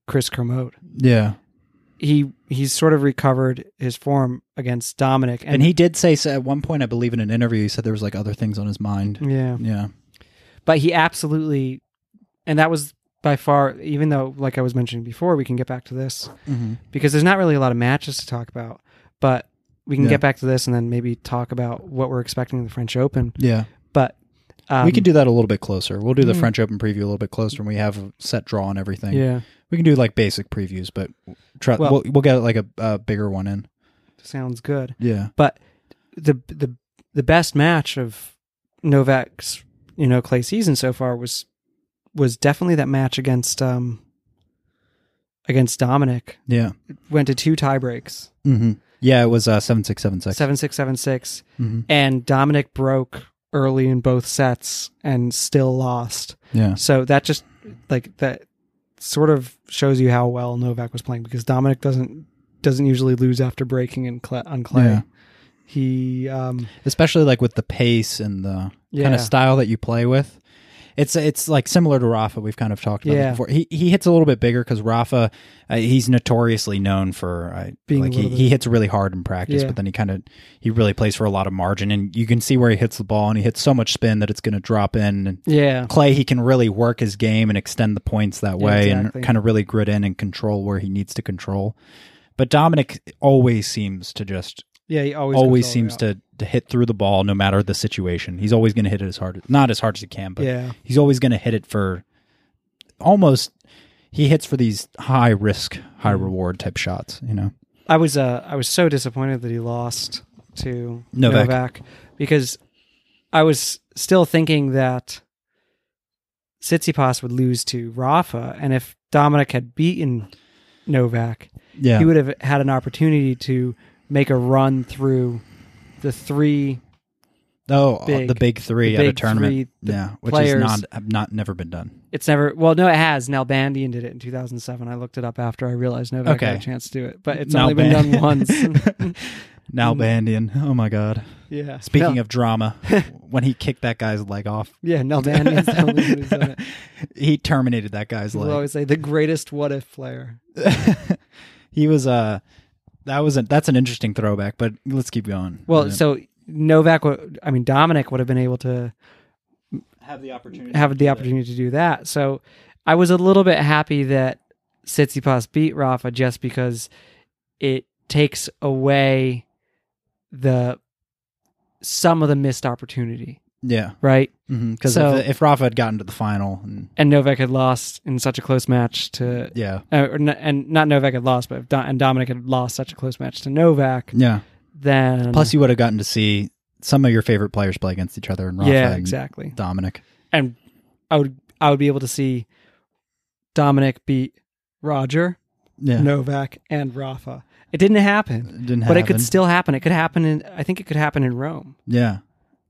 Speaker 2: Chris Kermode.
Speaker 1: yeah
Speaker 2: He he's sort of recovered his form against Dominic,
Speaker 1: and, he did say so at one point i believe in an interview he said there was like other things on his mind
Speaker 2: yeah
Speaker 1: yeah
Speaker 2: but he absolutely and that was by far even though like i was mentioning before we can get back to this
Speaker 1: mm-hmm.
Speaker 2: because there's not really a lot of matches to talk about but we can
Speaker 1: Yeah.
Speaker 2: get back to this and then maybe talk about what we're expecting in the french open
Speaker 1: yeah
Speaker 2: but um,
Speaker 1: we can do that a little bit closer we'll do the
Speaker 2: Mm.
Speaker 1: french open preview a little bit closer and we have a set draw and everything
Speaker 2: yeah
Speaker 1: we can do like basic previews but try,
Speaker 2: Well-
Speaker 1: we'll, we'll get like a, a bigger one in
Speaker 2: sounds good
Speaker 1: yeah
Speaker 2: but the the the best match of novak's you know clay season so far was was definitely that match against um against dominic
Speaker 1: yeah
Speaker 2: went to two tie breaks
Speaker 1: hmm yeah it was uh, 7676
Speaker 2: seven six seven six
Speaker 1: mm-hmm.
Speaker 2: and Dominic broke early in both sets and still lost.
Speaker 1: Yeah.
Speaker 2: So that just like that sort of shows you how well Novak was playing because Dominic doesn't doesn't usually lose after breaking in clay, on clay.
Speaker 1: Yeah.
Speaker 2: He um,
Speaker 1: especially like with the pace and the kind
Speaker 2: Yeah.
Speaker 1: of style that you play with. It's it's like similar to Rafa. We've kind of talked about
Speaker 2: Yeah.
Speaker 1: it before. He he hits a little bit bigger because Rafa, uh, he's notoriously known for uh,
Speaker 2: Being a
Speaker 1: like he,
Speaker 2: little bit-
Speaker 1: he hits really hard in practice,
Speaker 2: Yeah.
Speaker 1: but then he kind of he really plays for a lot of margin, and you can see where he hits the ball, and he hits so much spin that it's going to drop in. And
Speaker 2: yeah
Speaker 1: Clay, he can really work his game and extend the points that
Speaker 2: Yeah,
Speaker 1: way,
Speaker 2: exactly.
Speaker 1: and kind of really grit in and control where he needs to control. But Dominic always seems to just
Speaker 2: yeah he always
Speaker 1: always
Speaker 2: goes all
Speaker 1: seems
Speaker 2: out.
Speaker 1: to, to hit through the ball no matter the situation. He's always going to hit it as hard, not as hard as he can, but
Speaker 2: yeah
Speaker 1: he's always going to hit it for almost. He hits for these high risk, high
Speaker 2: Mm.
Speaker 1: reward type shots. You know,
Speaker 2: I was uh, I was so disappointed that he lost to
Speaker 1: Novak.
Speaker 2: Novak. because I was still thinking that Tsitsipas would lose to Rafa, and if Dominic had beaten Novak,
Speaker 1: yeah,
Speaker 2: he would have had an opportunity to make a run through the three
Speaker 1: oh,
Speaker 2: big-
Speaker 1: the big three
Speaker 2: the
Speaker 1: at a
Speaker 2: big
Speaker 1: tournament,
Speaker 2: three, the
Speaker 1: yeah, which
Speaker 2: players-
Speaker 1: is not have not never been done.
Speaker 2: It's never well. No, it has. Nalbandian did it in 2007. I looked it up after I realized Novak had a
Speaker 1: Okay.
Speaker 2: chance to do it, but it's only been done once.
Speaker 1: <laughs>
Speaker 2: Mm.
Speaker 1: now Bandian, oh my god!
Speaker 2: yeah.
Speaker 1: Speaking of
Speaker 2: <laughs>
Speaker 1: drama, when he kicked that guy's leg off,
Speaker 2: yeah, Nalbandian's the only one who's done it.
Speaker 1: <laughs> he terminated that guy's
Speaker 2: People
Speaker 1: leg.
Speaker 2: always say the greatest what if player.
Speaker 1: <laughs> he was uh that was a, that's an interesting throwback but let's keep going
Speaker 2: Well,
Speaker 1: Yeah.
Speaker 2: so Novak, would, I mean Dominic would have been able to
Speaker 1: have the opportunity
Speaker 2: have the opportunity to do that. So I was a little bit happy that Tsitsipas beat Rafa just because it takes away the some of the missed opportunity,
Speaker 1: yeah
Speaker 2: right?
Speaker 1: because
Speaker 2: So-
Speaker 1: if, if rafa had gotten to the final and-
Speaker 2: and Novak had lost in such a close match to,
Speaker 1: yeah
Speaker 2: uh, or n- and not Novak had lost, but if Do- and Dominic had lost such a close match to Novak,
Speaker 1: yeah
Speaker 2: then
Speaker 1: plus you would have gotten to see some of your favorite players play against each other and rafa
Speaker 2: yeah,
Speaker 1: and
Speaker 2: exactly.
Speaker 1: dominic
Speaker 2: And I would I would be able to see Dominic beat Roger,
Speaker 1: yeah
Speaker 2: Novak, and Rafa. It didn't happen,
Speaker 1: it didn't
Speaker 2: but it could
Speaker 1: happen.
Speaker 2: still happen. It could happen in I think it could happen in Rome.
Speaker 1: yeah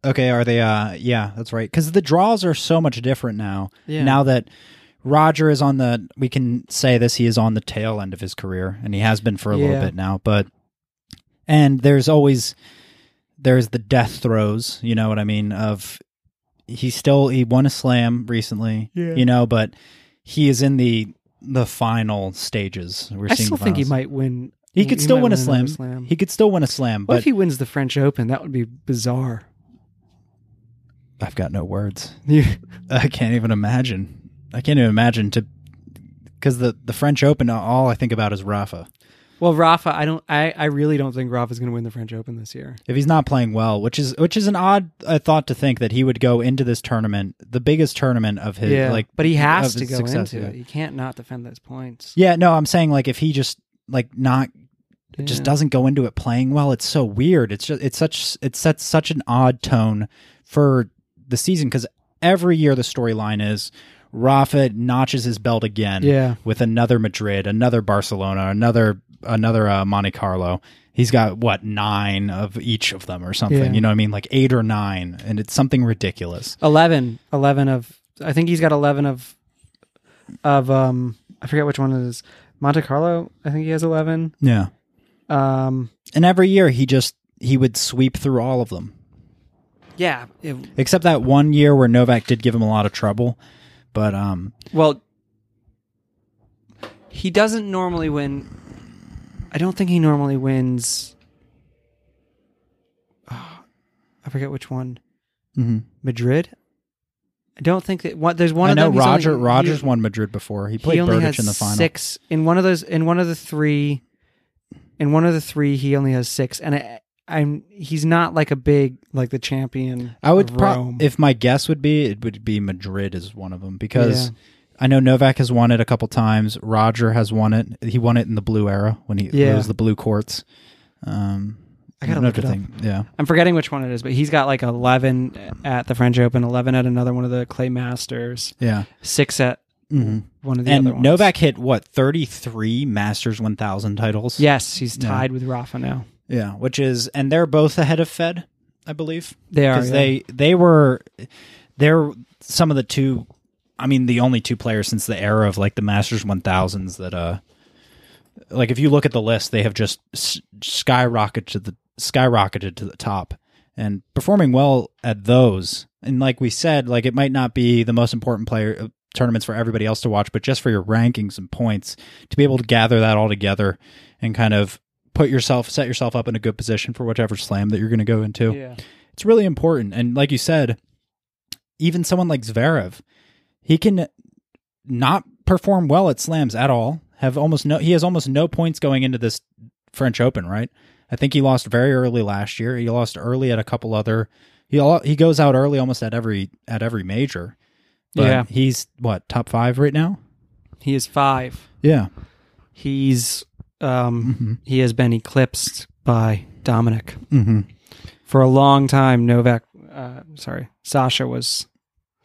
Speaker 1: okay are they uh yeah that's right because the draws are so much different now
Speaker 2: Yeah.
Speaker 1: now that Roger is on the we can say this he is on the tail end of his career and he has been for a little
Speaker 2: Yeah.
Speaker 1: bit now but and there's always there's the death throes you know what I mean of he still he won a slam recently
Speaker 2: Yeah.
Speaker 1: you know but he is in the the final stages we're
Speaker 2: I
Speaker 1: seeing
Speaker 2: still think he
Speaker 1: finals.
Speaker 2: might win.
Speaker 1: he could still
Speaker 2: might
Speaker 1: win a
Speaker 2: another
Speaker 1: slam. he could still win a slam
Speaker 2: what
Speaker 1: but
Speaker 2: if he wins the French Open? That would be bizarre. <laughs>
Speaker 1: I've got no words
Speaker 2: Yeah.
Speaker 1: <laughs> I can't even imagine I can't even imagine to because the the French Open all I think about is Rafa
Speaker 2: Well, Rafa, I don't. I, I really don't think Rafa's going to win the French Open this year.
Speaker 1: if he's not playing well, which is which is an odd uh, thought to think that he would go into this tournament, the biggest tournament of his like
Speaker 2: but he has
Speaker 1: of
Speaker 2: to
Speaker 1: his
Speaker 2: go
Speaker 1: success,
Speaker 2: into it.
Speaker 1: yeah.
Speaker 2: He can't not defend those points.
Speaker 1: Yeah, no, I'm saying like if he just like not just
Speaker 2: Yeah.
Speaker 1: doesn't go into it playing well, it's so weird. It's just it's such it sets such an odd tone for the season cuz every year the storyline is Rafa notches his belt again
Speaker 2: Yeah.
Speaker 1: with another Madrid, another Barcelona, another another uh, Monte Carlo. He's got what nine of each of them or something.
Speaker 2: Yeah.
Speaker 1: You know what I mean? Like eight or nine, and it's something ridiculous.
Speaker 2: 11, 11 of. I think he's got eleven of. Of um, I forget which one it is. Monte Carlo. I think he has eleven.
Speaker 1: Yeah,
Speaker 2: Um,
Speaker 1: and every year he just he would sweep through all of them,
Speaker 2: yeah. it-
Speaker 1: except that one year where Novak did give him a lot of trouble. But um,
Speaker 2: well, he doesn't normally win. I don't think he normally wins. Ah, I forget which one.
Speaker 1: mhm.
Speaker 2: Madrid. I don't think that one, there's Mm-hmm. one.
Speaker 1: I
Speaker 2: of
Speaker 1: know
Speaker 2: them, he's only-
Speaker 1: Roger Rogers
Speaker 2: he-
Speaker 1: won Madrid before. He
Speaker 2: he
Speaker 1: played
Speaker 2: only
Speaker 1: Burdich
Speaker 2: has
Speaker 1: in the final.
Speaker 2: Six in one of those. In one of the three. In one of the three, he only has six, and I, I'm he's not like a big like the champion.
Speaker 1: I would
Speaker 2: of
Speaker 1: pro-
Speaker 2: Rome.
Speaker 1: if my guess would be it would be Madrid is one of them because
Speaker 2: Yeah.
Speaker 1: I know Novak has won it a couple times. Roger has won it. He won it in the blue era when he
Speaker 2: Yeah.
Speaker 1: it was the blue courts. Um,
Speaker 2: I gotta
Speaker 1: don't know
Speaker 2: look
Speaker 1: if
Speaker 2: it
Speaker 1: to think- Yeah,
Speaker 2: I'm forgetting which one it is, but he's got like 11 at the French Open, 11 at another one of the Clay Masters,
Speaker 1: yeah.
Speaker 2: six at
Speaker 1: hmm
Speaker 2: one of the other
Speaker 1: And
Speaker 2: ones.
Speaker 1: Novak hit what thirty three Masters one thousand titles.
Speaker 2: yes, he's
Speaker 1: Yeah.
Speaker 2: tied with Rafa now.
Speaker 1: yeah, which is and they're both ahead of Fed, I believe.
Speaker 2: They are
Speaker 1: because they they were they're some of the two i mean the only two players since the era of like the masters 1000s that uh like if you look at the list they have just s- skyrocketed to the skyrocketed to the top and performing well at those. And like we said, like it might not be the most important player uh, tournaments for everybody else to watch, but just for your rankings and points to be able to gather that all together and kind of put yourself set yourself up in a good position for whichever slam that you're going to go into.
Speaker 2: Yeah.
Speaker 1: It's really important. And like you said, even someone like Zverev, he can not perform well at slams at all. Have almost no he has almost no points going into this French Open, right? I think he lost very early last year. He lost early at a couple other he al- he goes out early almost at every at every major. But
Speaker 2: Yeah.
Speaker 1: he's what, top 5 right now?
Speaker 2: He is five.
Speaker 1: Yeah.
Speaker 2: He's
Speaker 1: Mm-hmm.
Speaker 2: um he has been eclipsed by Dominic
Speaker 1: Mhm.
Speaker 2: for a long time. Novak, uh, sorry, Sasha was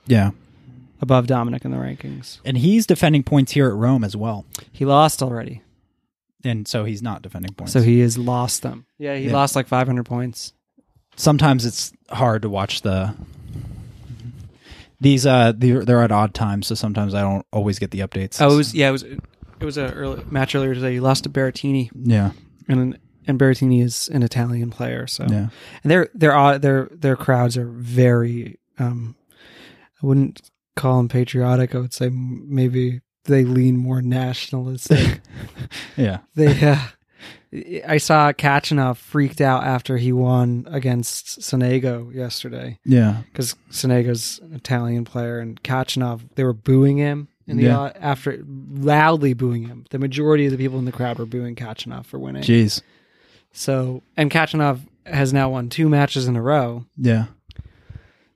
Speaker 1: Yeah.
Speaker 2: above Dominic in the rankings.
Speaker 1: And he's defending points here at Rome as well.
Speaker 2: He lost already,
Speaker 1: And so he's not defending points.
Speaker 2: so he has lost them. Yeah, he
Speaker 1: Yeah.
Speaker 2: lost like 500 points.
Speaker 1: sometimes it's hard to watch the these uh they're, they're at odd times so sometimes i don't always get the updates
Speaker 2: Oh, it was yeah, it was it was a early, match earlier today. He lost to Berrettini,
Speaker 1: yeah
Speaker 2: and and Berrettini is an Italian player, so
Speaker 1: yeah
Speaker 2: and their their au- their their crowds are very. Um, I wouldn't call them patriotic. I would say m- maybe they lean more <laughs> nationalistic.
Speaker 1: yeah
Speaker 2: they. Uh, I saw Kachanov freaked out after he won against Sonego yesterday
Speaker 1: yeah
Speaker 2: because Sonego's an Italian player and Kachanov, they were booing him in the
Speaker 1: Yeah.
Speaker 2: au- after loudly booing him. The majority of the people in the crowd were booing Kachanov for winning.
Speaker 1: jeez
Speaker 2: So, and Kachanov has now won two matches in a row.
Speaker 1: yeah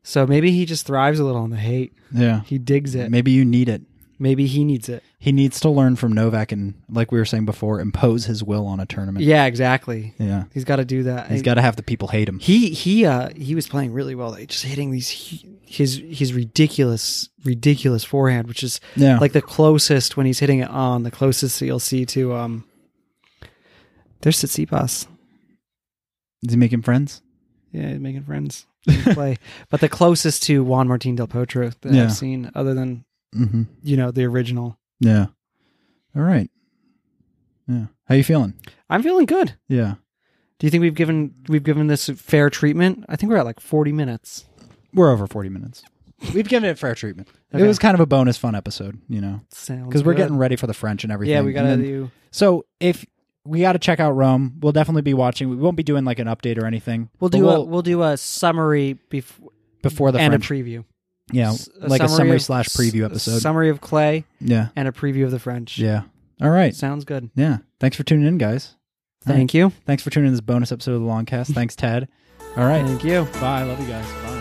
Speaker 2: So maybe he just thrives a little on the hate.
Speaker 1: yeah
Speaker 2: He digs it.
Speaker 1: maybe you need it
Speaker 2: Maybe he needs it.
Speaker 1: he needs to learn from novak and like we were saying before impose his will on a tournament
Speaker 2: Yeah, exactly.
Speaker 1: yeah
Speaker 2: He's got to do that.
Speaker 1: he's got to have the people hate him
Speaker 2: he he uh he was playing really well. Like just hitting these hu- his his ridiculous ridiculous forehand, which is
Speaker 1: yeah
Speaker 2: like the closest when he's hitting it on the closest that you'll see to um there's Tsitsipas.
Speaker 1: is he making friends
Speaker 2: Yeah, making friends
Speaker 1: <laughs>
Speaker 2: play. but the closest to Juan Martín del Potro that
Speaker 1: Yeah.
Speaker 2: I've seen other than,
Speaker 1: mm-hmm
Speaker 2: you know, the original.
Speaker 1: yeah all right yeah how you feeling
Speaker 2: I'm feeling good.
Speaker 1: yeah
Speaker 2: Do you think we've given we've given this fair treatment? I think we're at like 40 minutes.
Speaker 1: we're over 40 minutes we've given it fair treatment
Speaker 2: Okay.
Speaker 1: it was kind of a bonus fun episode you know
Speaker 2: Sounds
Speaker 1: because we're
Speaker 2: good.
Speaker 1: getting ready for the French and everything.
Speaker 2: Yeah, we
Speaker 1: And
Speaker 2: got to
Speaker 1: then-
Speaker 2: do
Speaker 1: So if we got to check out Rome, we'll definitely be watching. We won't be doing like an update or anything.
Speaker 2: We'll
Speaker 1: but
Speaker 2: do a we'll do a summary before
Speaker 1: before the
Speaker 2: and
Speaker 1: French.
Speaker 2: a preview.
Speaker 1: yeah,
Speaker 2: S-
Speaker 1: like a summary
Speaker 2: of-
Speaker 1: slash preview
Speaker 2: a
Speaker 1: episode.
Speaker 2: Summary of Clay
Speaker 1: yeah,
Speaker 2: and a preview of the French.
Speaker 1: yeah. All right.
Speaker 2: Sounds good.
Speaker 1: Yeah. Thanks for tuning in, guys. All right.
Speaker 2: Thank you.
Speaker 1: Thanks for tuning in this bonus episode of the Longcast. Thanks, Tad. All right.
Speaker 2: Thank you.
Speaker 1: Bye. Love you guys. Bye.